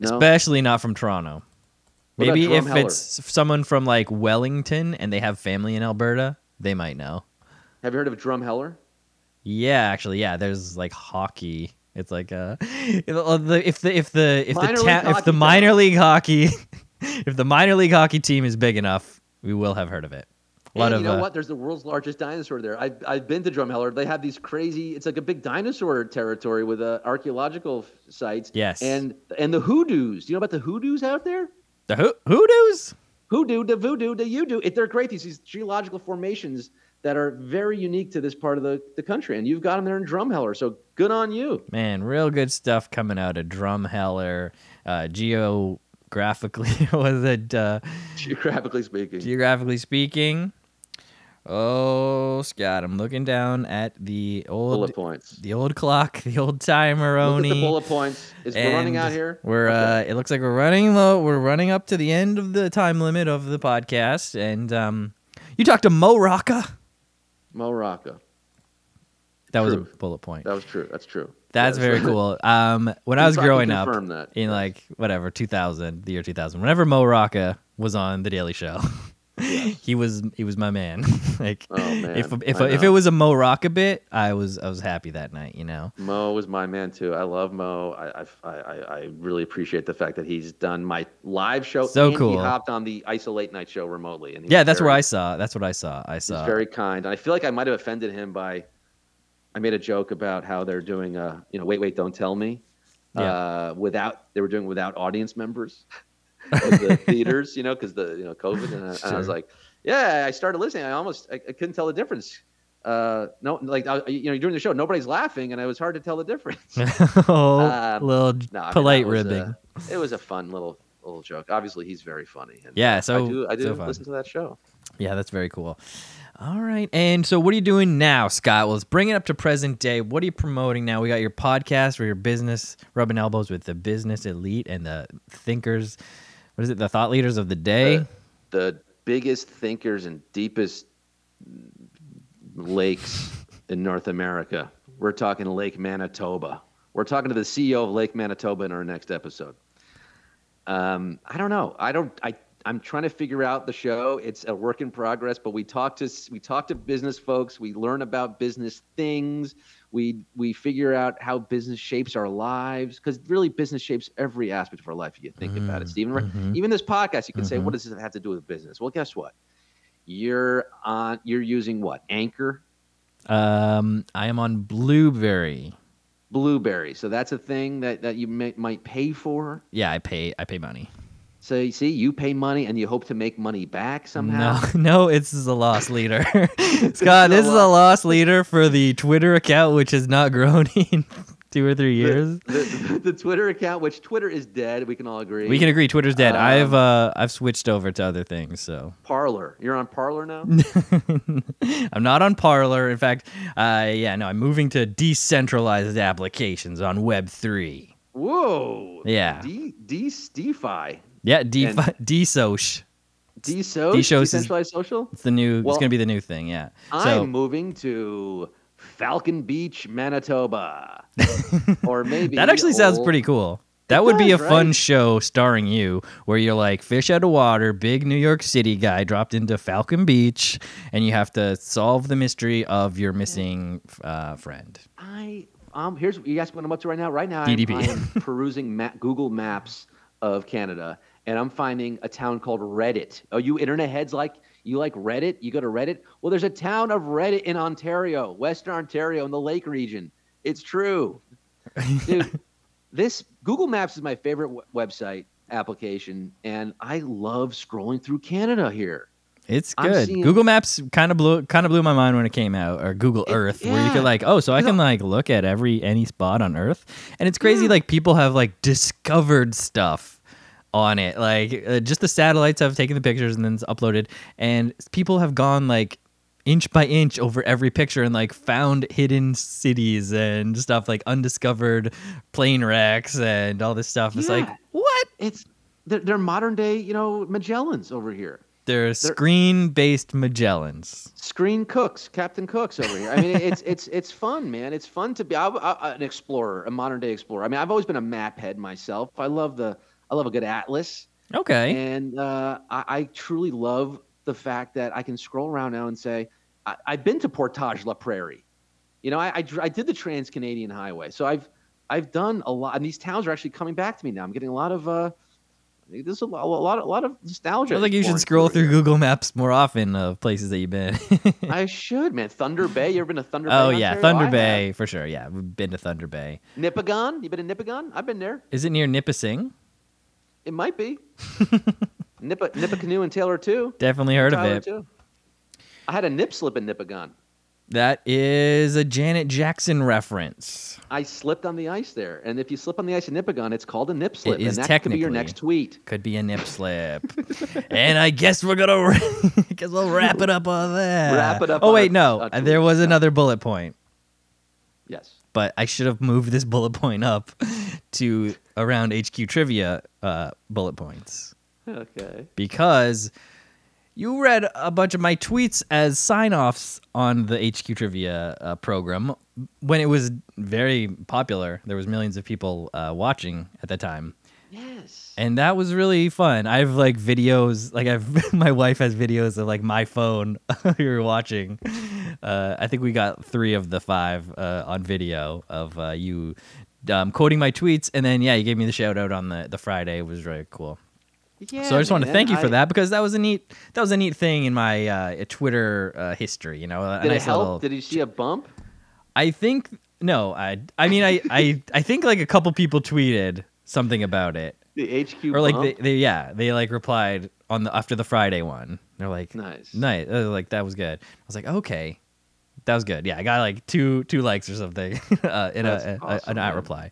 No?
especially not from Toronto.
What about
Maybe if
Drumheller?
it's someone from like Wellington and they have family in Alberta, they might know.
Have you heard of Drumheller?
Yeah, actually, yeah. There's like hockey. It's like uh, if the if the if the if
Minor
the,
league
ta- if
hockey,
the
though.
minor league hockey, if the minor league hockey team is big enough, we will have heard of it. A lot
and
of
you know
uh,
what? There's the world's largest dinosaur there. I've, I've been to Drumheller. They have these crazy. It's like a big dinosaur territory with uh, archaeological f- sites.
Yes.
And and the hoodoos. Do you know about the hoodoos out there?
the hoo- hoodoos.
Hoodoo, the voodoo, the you do. It, they're great. These, these geological formations that are very unique to this part of the, the country. And you've got them there in Drumheller. So good on you.
Man, real good stuff coming out of Drumheller. Uh, geographically, was it uh,
Geographically speaking.
geographically speaking? Oh, Scott, I'm looking down at the old
bullet points.
the old clock, the old timer.
Look at
Oni.
the bullet points. Is we're running
And
out here.
We're
Okay.
uh, it looks like we're running low. We're running up to the end of the time limit of the podcast, and um, you talked to Mo Rocca.
Mo Rocca.
That was a
True.
bullet point.
That was true. That's true.
That's
Yes.
very cool. Um, when I was
Confirm-
growing up,
confirm that.
in like whatever 2000, the year 2000, whenever Mo Rocca was on the Daily Show, he was he was my man. like
Oh, man.
if if
I
if it
know.
was a Mo Rocca bit, I was I was happy that night. You know.
Mo was my man too. I love Mo. I I, I, I really appreciate the fact that he's done my live show.
So
and He
cool.
hopped on the Isolate Night show remotely, and he's
Yeah, that's
very,
where I saw. That's what I saw. I
He's
saw.
very kind, and I feel like I might have offended him by. I made a joke about how they're doing a you know wait wait don't tell me,
Yeah.
uh, without they were doing without audience members, of the theaters you know because the you know COVID and I, and I
Sure.
was like yeah I started listening I almost I, I couldn't tell the difference. Uh, no, like I, you know, during the show, nobody's laughing, and it was hard to tell the difference.
oh,
Um,
little
No, I mean,
polite
that was,
ribbing.
uh, it was a fun little little joke. Obviously, he's very funny. And
Yeah, so
I do I do
so fun.
listen to that show.
Yeah, that's very cool. All right, and so what are you doing now, Scott? Well, let's bring it up to present day. What are you promoting now? We got your podcast or your business, rubbing elbows with the business elite and the thinkers. What is it? The thought leaders of the
Uh,
day.
The biggest thinkers and deepest lakes in North America. We're talking Lake Manitoba. We're talking to the E CEO of Lake Manitoba in our next episode. Um, I don't know. I don't. I. I'm trying to figure out the show. It's a work in progress, but we talk to we talk to business folks. We learn about business things. We we figure out how business shapes our lives because really business shapes every aspect of our life. If you think about
Mm-hmm.
it, Stephen. right? Even this podcast, you can say, "What does this have to do with business?" Well, guess what? You're on. You're using what? Anchor,
Um, I am on Blueberry.
Blueberry. So that's a thing that that you may, might pay for.
Yeah, I pay. I pay money.
So you see, you pay money and you hope to make money back somehow.
No, no, this is a loss leader. Scott,
a
this is a loss
loss.
leader for the Twitter account, which has not grown in two or three years.
the, the Twitter account, which Twitter is dead, we can all agree.
We can agree Twitter's dead.
Um,
I've uh, I've switched over to other things, so
Parlor. You're on Parlor now.
Mm-hmm. I'm not on Parlor. In fact, uh, yeah, no, I'm moving to decentralized applications on Web three.
Whoa.
Yeah,
D D DeFi.
yeah, DeFi, DSoc.
DSO.
DSocial is-
Decentralized social.
It's the new.
Well,
it's gonna be the new thing. Yeah.
I'm moving to Falcon Beach, Manitoba, or maybe
That actually sounds
old-
pretty cool. That would be a
does,
fun
right?
show starring you, where you're like fish out of water, big New York City guy dropped into Falcon Beach, and you have to solve the mystery of your missing uh, friend.
I um here's you guys what I'm up to right now. Right now,
DDP.
I'm, I'm perusing ma- Google Maps of Canada, and I'm finding a town called Reddit. Oh, you internet heads like you like Reddit? You go to Reddit? Well, there's a town of Reddit in Ontario, Western Ontario, in the Lake region. It's true, dude. this Google Maps is my favorite w- website application, and I love scrolling through Canada here.
It's
I'm
good.
seeing-
Google Maps kind of blew kind of blew my mind when it came out, or Google
It-
Earth, where you
yeah.
could like, oh, so I
You
can like look at every any spot on Earth, and it's crazy. Like people have like discovered stuff on it, like uh, just the satellites have taken the pictures and then it's uploaded, and people have gone like inch by inch over every picture and like found hidden cities and stuff like undiscovered plane wrecks and all this stuff. It's like
Yeah.
what?
It's they're, they're modern day, you know, Magellans over here.
They're screen based Magellans.
screen cooks, Captain Cooks over here. I mean, it's it's it's fun, man. It's fun to be I, I, an explorer, a modern day explorer. I mean, I've always been a map head myself. I love the I love a good atlas,
Okay.
and uh, I, I truly love the fact that I can scroll around now and say I, I've been to Portage La Prairie. You know, I I, dr- I did the Trans Canadian Highway, so I've I've done a lot, and these towns are actually coming back to me now. I'm getting a lot of uh, there's a lot, a lot, a lot of nostalgia.
I feel like you should scroll
exploring here.
through Google Maps more often of places that you've been.
I should, man. Thunder Bay. You ever been to Thunder Bay?
oh yeah,
Ontario? I
Thunder
have.
Bay for sure. Yeah, we've been to Thunder Bay.
Nipigon. You been to Nipigon? I've been there.
Is it near Nipissing?
It might be. Nipa Nipicanoo and Taylor too.
Definitely heard of
Tyler
it.
too. I had a nip slip in Nipigon.
That is a Janet Jackson reference.
I slipped on the ice there, and if you slip on the ice in Nipigon, it's called a nip slip,
is
and that could be your
technically.
next tweet.
Could be a nip slip. and I guess we're gonna I guess we'll wrap it up on that.
Wrap it up
Oh
on
wait,
a-
no.
a
there
tweet,
was
yeah.
another bullet point,
Yes.
but I should have moved this bullet point up to around HQ trivia uh, bullet points.
Okay.
because you read a bunch of my tweets as sign offs on the HQ Trivia uh, program when it was very popular. There was millions of people uh, watching at that time.
Yes.
And that was really fun. I have like videos, like I've my wife has videos of like my phone we were watching. Uh, I think we got three of the five uh, on video of uh, you um, quoting my tweets, and then yeah, you gave me the shout out on the the Friday. It was really cool
Yeah,
so I just want to
man,
thank you for
I-
that because that was a neat that was a neat thing in my uh, Twitter uh, history. You know, a
Did it
nice
help?
little-
Did you see a bump?
I think no, I I mean I, I I think like a couple people tweeted something about it
The HQ
or like they,
bump?
they yeah they like replied on the after the Friday one. They're like
nice.
nice uh, like that was good. I was like okay. That was good. Yeah, I got like two two likes or something uh, in
That's
a, a,
awesome,
an at
man.
reply.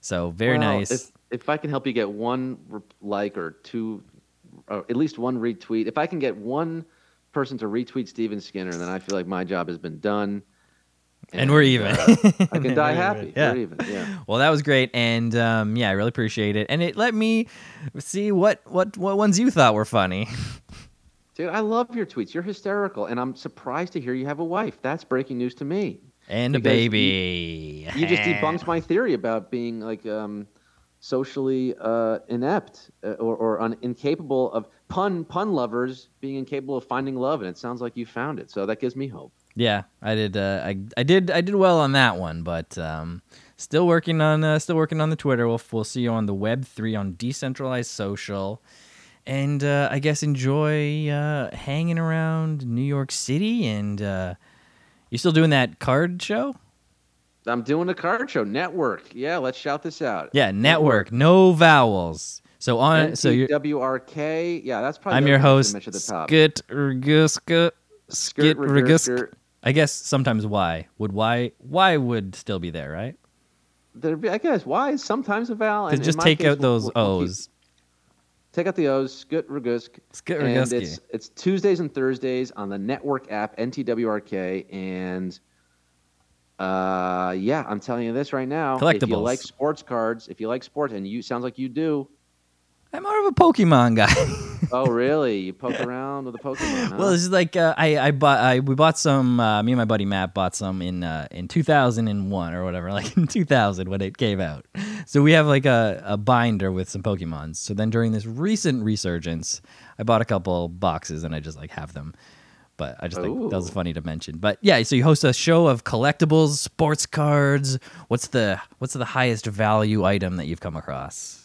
So very
Well,
nice.
If, if I can help you get one re- like or two, or at least one retweet, if I can get one person to retweet Steven Skinner, then I feel like my job has been done.
and we're even.
uh, I
And
can die
we're
happy.
even. Yeah.
We're even. Yeah.
Well, that was great, and um, yeah, I really appreciate it. And it let me see what what what ones you thought were funny.
Dude, I love your tweets. You're hysterical, and I'm surprised to hear you have a wife. That's breaking news to me.
And a
Because you-
baby.
You just debunked my theory about being like um, socially uh, inept uh, or, or un- incapable of. pun pun lovers being incapable of finding love, and it sounds like you found it. So that gives me hope.
Yeah, I did. Uh, I I did. I did well on that one, but um, still working on uh, still working on the Twitter. We'll we'll see you on the Web three on decentralized social, and uh, I guess enjoy uh, hanging around New York City. And uh, you still doing that card show?
I'm doing a card show network. Yeah, let's shout this out.
Yeah, network, no vowels. So on. So
E
you're.
WRK. Yeah, that's probably.
I'm
the
your
other one I should
host,
mention at the top.
Skit Ruguska. Skit
Skirt, rigger,
Rugusk.
skirt.
I guess sometimes why would why why would still be there, right?
There'd be, I guess why is sometimes a vowel.
To
And in
just
my
take
case,
out
we'll-
those
we'll- we'll keep-
O's.
Take out the O's. Skit Ragusk.
Skit
And
Rogusky.
it's it's Tuesdays and Thursdays on the network app NTWRK and uh yeah, I'm telling you this right now. If you
Collectibles.
like sports cards, if you like sports and you sounds like you do.
I'm more of a Pokemon guy.
Oh really? You poke around with a Pokemon. Huh?
well, this is like uh, I I bought I we bought some. Uh, me and my buddy Matt bought some in uh, in 2001 or whatever, like in 2000 when it came out. So we have like a, a binder with some Pokemons. So then during this recent resurgence, I bought a couple boxes and I just like have them. But I just think that was
Ooh.
funny to mention. But yeah, so you host a show of collectibles, sports cards. What's the what's the highest value item that you've come across?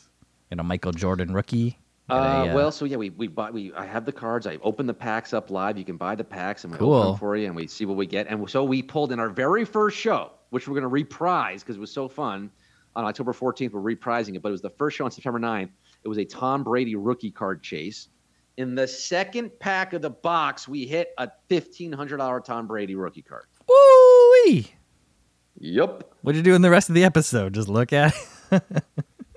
You know, Michael Jordan rookie. Got
Uh,
a,
well, so yeah, we we bought we I have the cards. I open the packs up live. You can buy the packs and we open
Cool.
them for you, and we see what we get. And so we pulled in our very first show, which we're gonna reprise because it was so fun. On October 14th, we're reprising it, but it was the first show on September 9th. It was a Tom Brady rookie card chase. In the second pack of the box, we hit a $1,500 Tom Brady rookie card.
Woo-wee!
Yep.
What you do in the rest of the episode? Just look at it.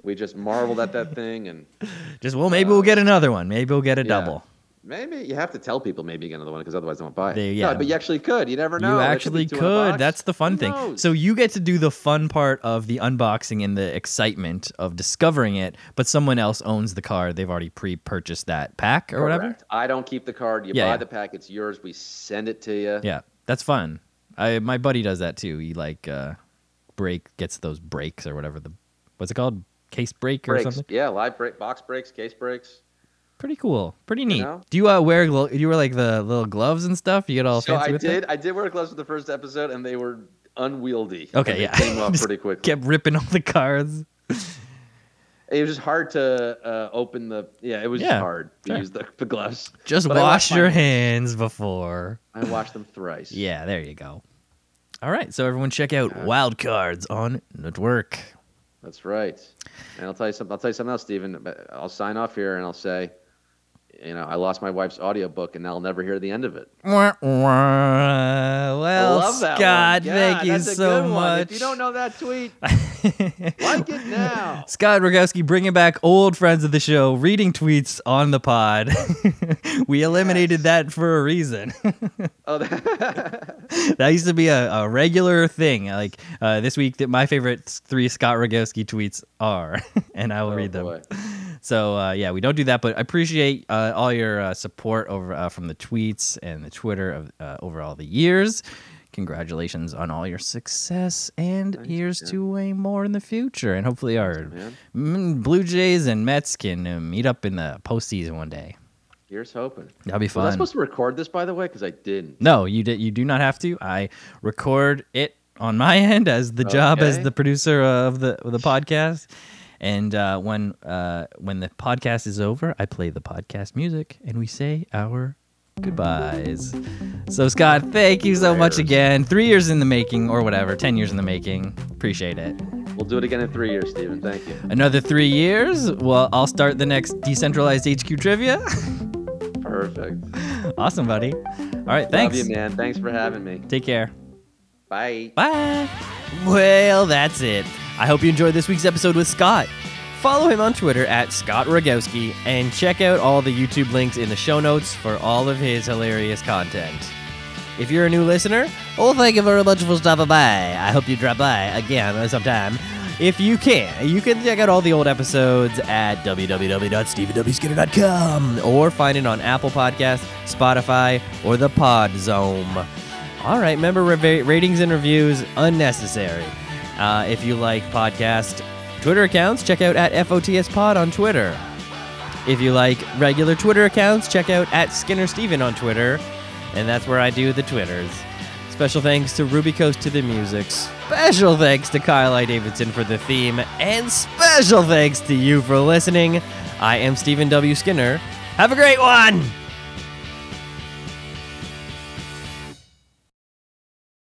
We just marveled at that thing, and
Just well, maybe we'll get another one. Maybe we'll get a
yeah.
double.
maybe you have to tell people maybe you get another one because otherwise they won't buy it.
They-
No,
yeah.
but you actually could. You never know.
you
There
actually
be two
could.
in a box.
That's the fun
Who
thing.
knows?
So you get to do the fun part of the unboxing and the excitement of discovering it, but someone else owns the car. They've already pre-purchased that pack or whatever.
Correct. I don't keep the card. You
Yeah,
buy
yeah.
the pack. It's yours. We send it to you.
Yeah, that's fun. I my buddy does that too. He like uh break gets those breaks or whatever the what's it called case break or
breaks.
something.
Yeah, live break, box breaks, case breaks.
Pretty cool. Pretty neat.
know?
Do you uh, wear glo- you wear like the little gloves and stuff? You get all
so
fancy
I
with it?
did. I did wear gloves for the first episode, and they were unwieldy.
Okay,
And they
yeah.
came off
Just
pretty quickly.
kept ripping off the cards.
It was just hard to uh, open the. Yeah, it was
Yeah,
just hard to
fair.
use the, the gloves.
Just
But I
wash
washed
your
mine.
hands before.
I washed them thrice.
Yeah, there you go. All right, so everyone check out Wild Cards on Network.
That's right. And I'll tell you something. I'll tell you something else, Stephen. but I'll sign off here, and I'll say, you know, I lost my wife's audiobook, and I'll never hear the end of it.
Wah, wah. Well,
Love that one.
Scott,
Yeah,
thank you
that's a
Oh, so
good one.
much.
If you don't know that tweet,
know,
like it now.
Scott Rogowski bringing back old friends of the show, reading tweets on the pod. we eliminated
Yes.
that for a reason.
Oh, that-
that used to be a, a regular thing. Like uh, this week, that my favorite three Scott Rogowski tweets are, and I will
Oh,
read them.
boy.
So uh, yeah, we don't do that, but I appreciate uh, all your uh, support over uh, from the tweets and the Twitter of, uh, over all the years. Congratulations on all your success and here's
man.
to way more in the future. And hopefully our
man.
mm, Blue Jays and Mets can uh, meet up in the postseason one day.
Here's hoping.
That'll be
Was I
fun.
supposed to record this, by the way? Because I didn't.
No, you did. You do not have to. I record it on my end as the job as
Okay.
the producer of the of the podcast. And uh, when uh, when the podcast is over, I play the podcast music and we say our goodbyes. So Scott, thank you so much
Prayers.
again. Three years in the making, or whatever, ten years in the making. Appreciate it.
We'll do it again in three years, Stephen. Thank you.
Another three years. Well, I'll start the next decentralized HQ trivia.
Perfect.
awesome, buddy. All right,
Love
thanks.
you, man. Thanks for having me.
Take care.
Bye.
Bye.
Well, that's it. I hope you enjoyed this week's episode with Scott. Follow him on Twitter at Scott Rogowski and check out all the YouTube links in the show notes for all of his hilarious content. If you're a new listener, well, thank you very much for stopping by. I hope you drop by again sometime. If you can, you can check out all the old episodes at www.stephenwskinner.com or find it on Apple Podcasts, Spotify, or the Podzome. All right, member reva- ratings and reviews unnecessary. Uh, if you like podcast Twitter accounts, check out at FOTS Pod on Twitter.
If you like regular Twitter accounts, check out at Skinner Steven on Twitter, and that's where I do the Twitters. Special thanks to Ruby Coast to the music. Special thanks to Kyle I. Davidson for the theme, and special thanks to you for listening. I am Stephen W. Skinner. Have a great one!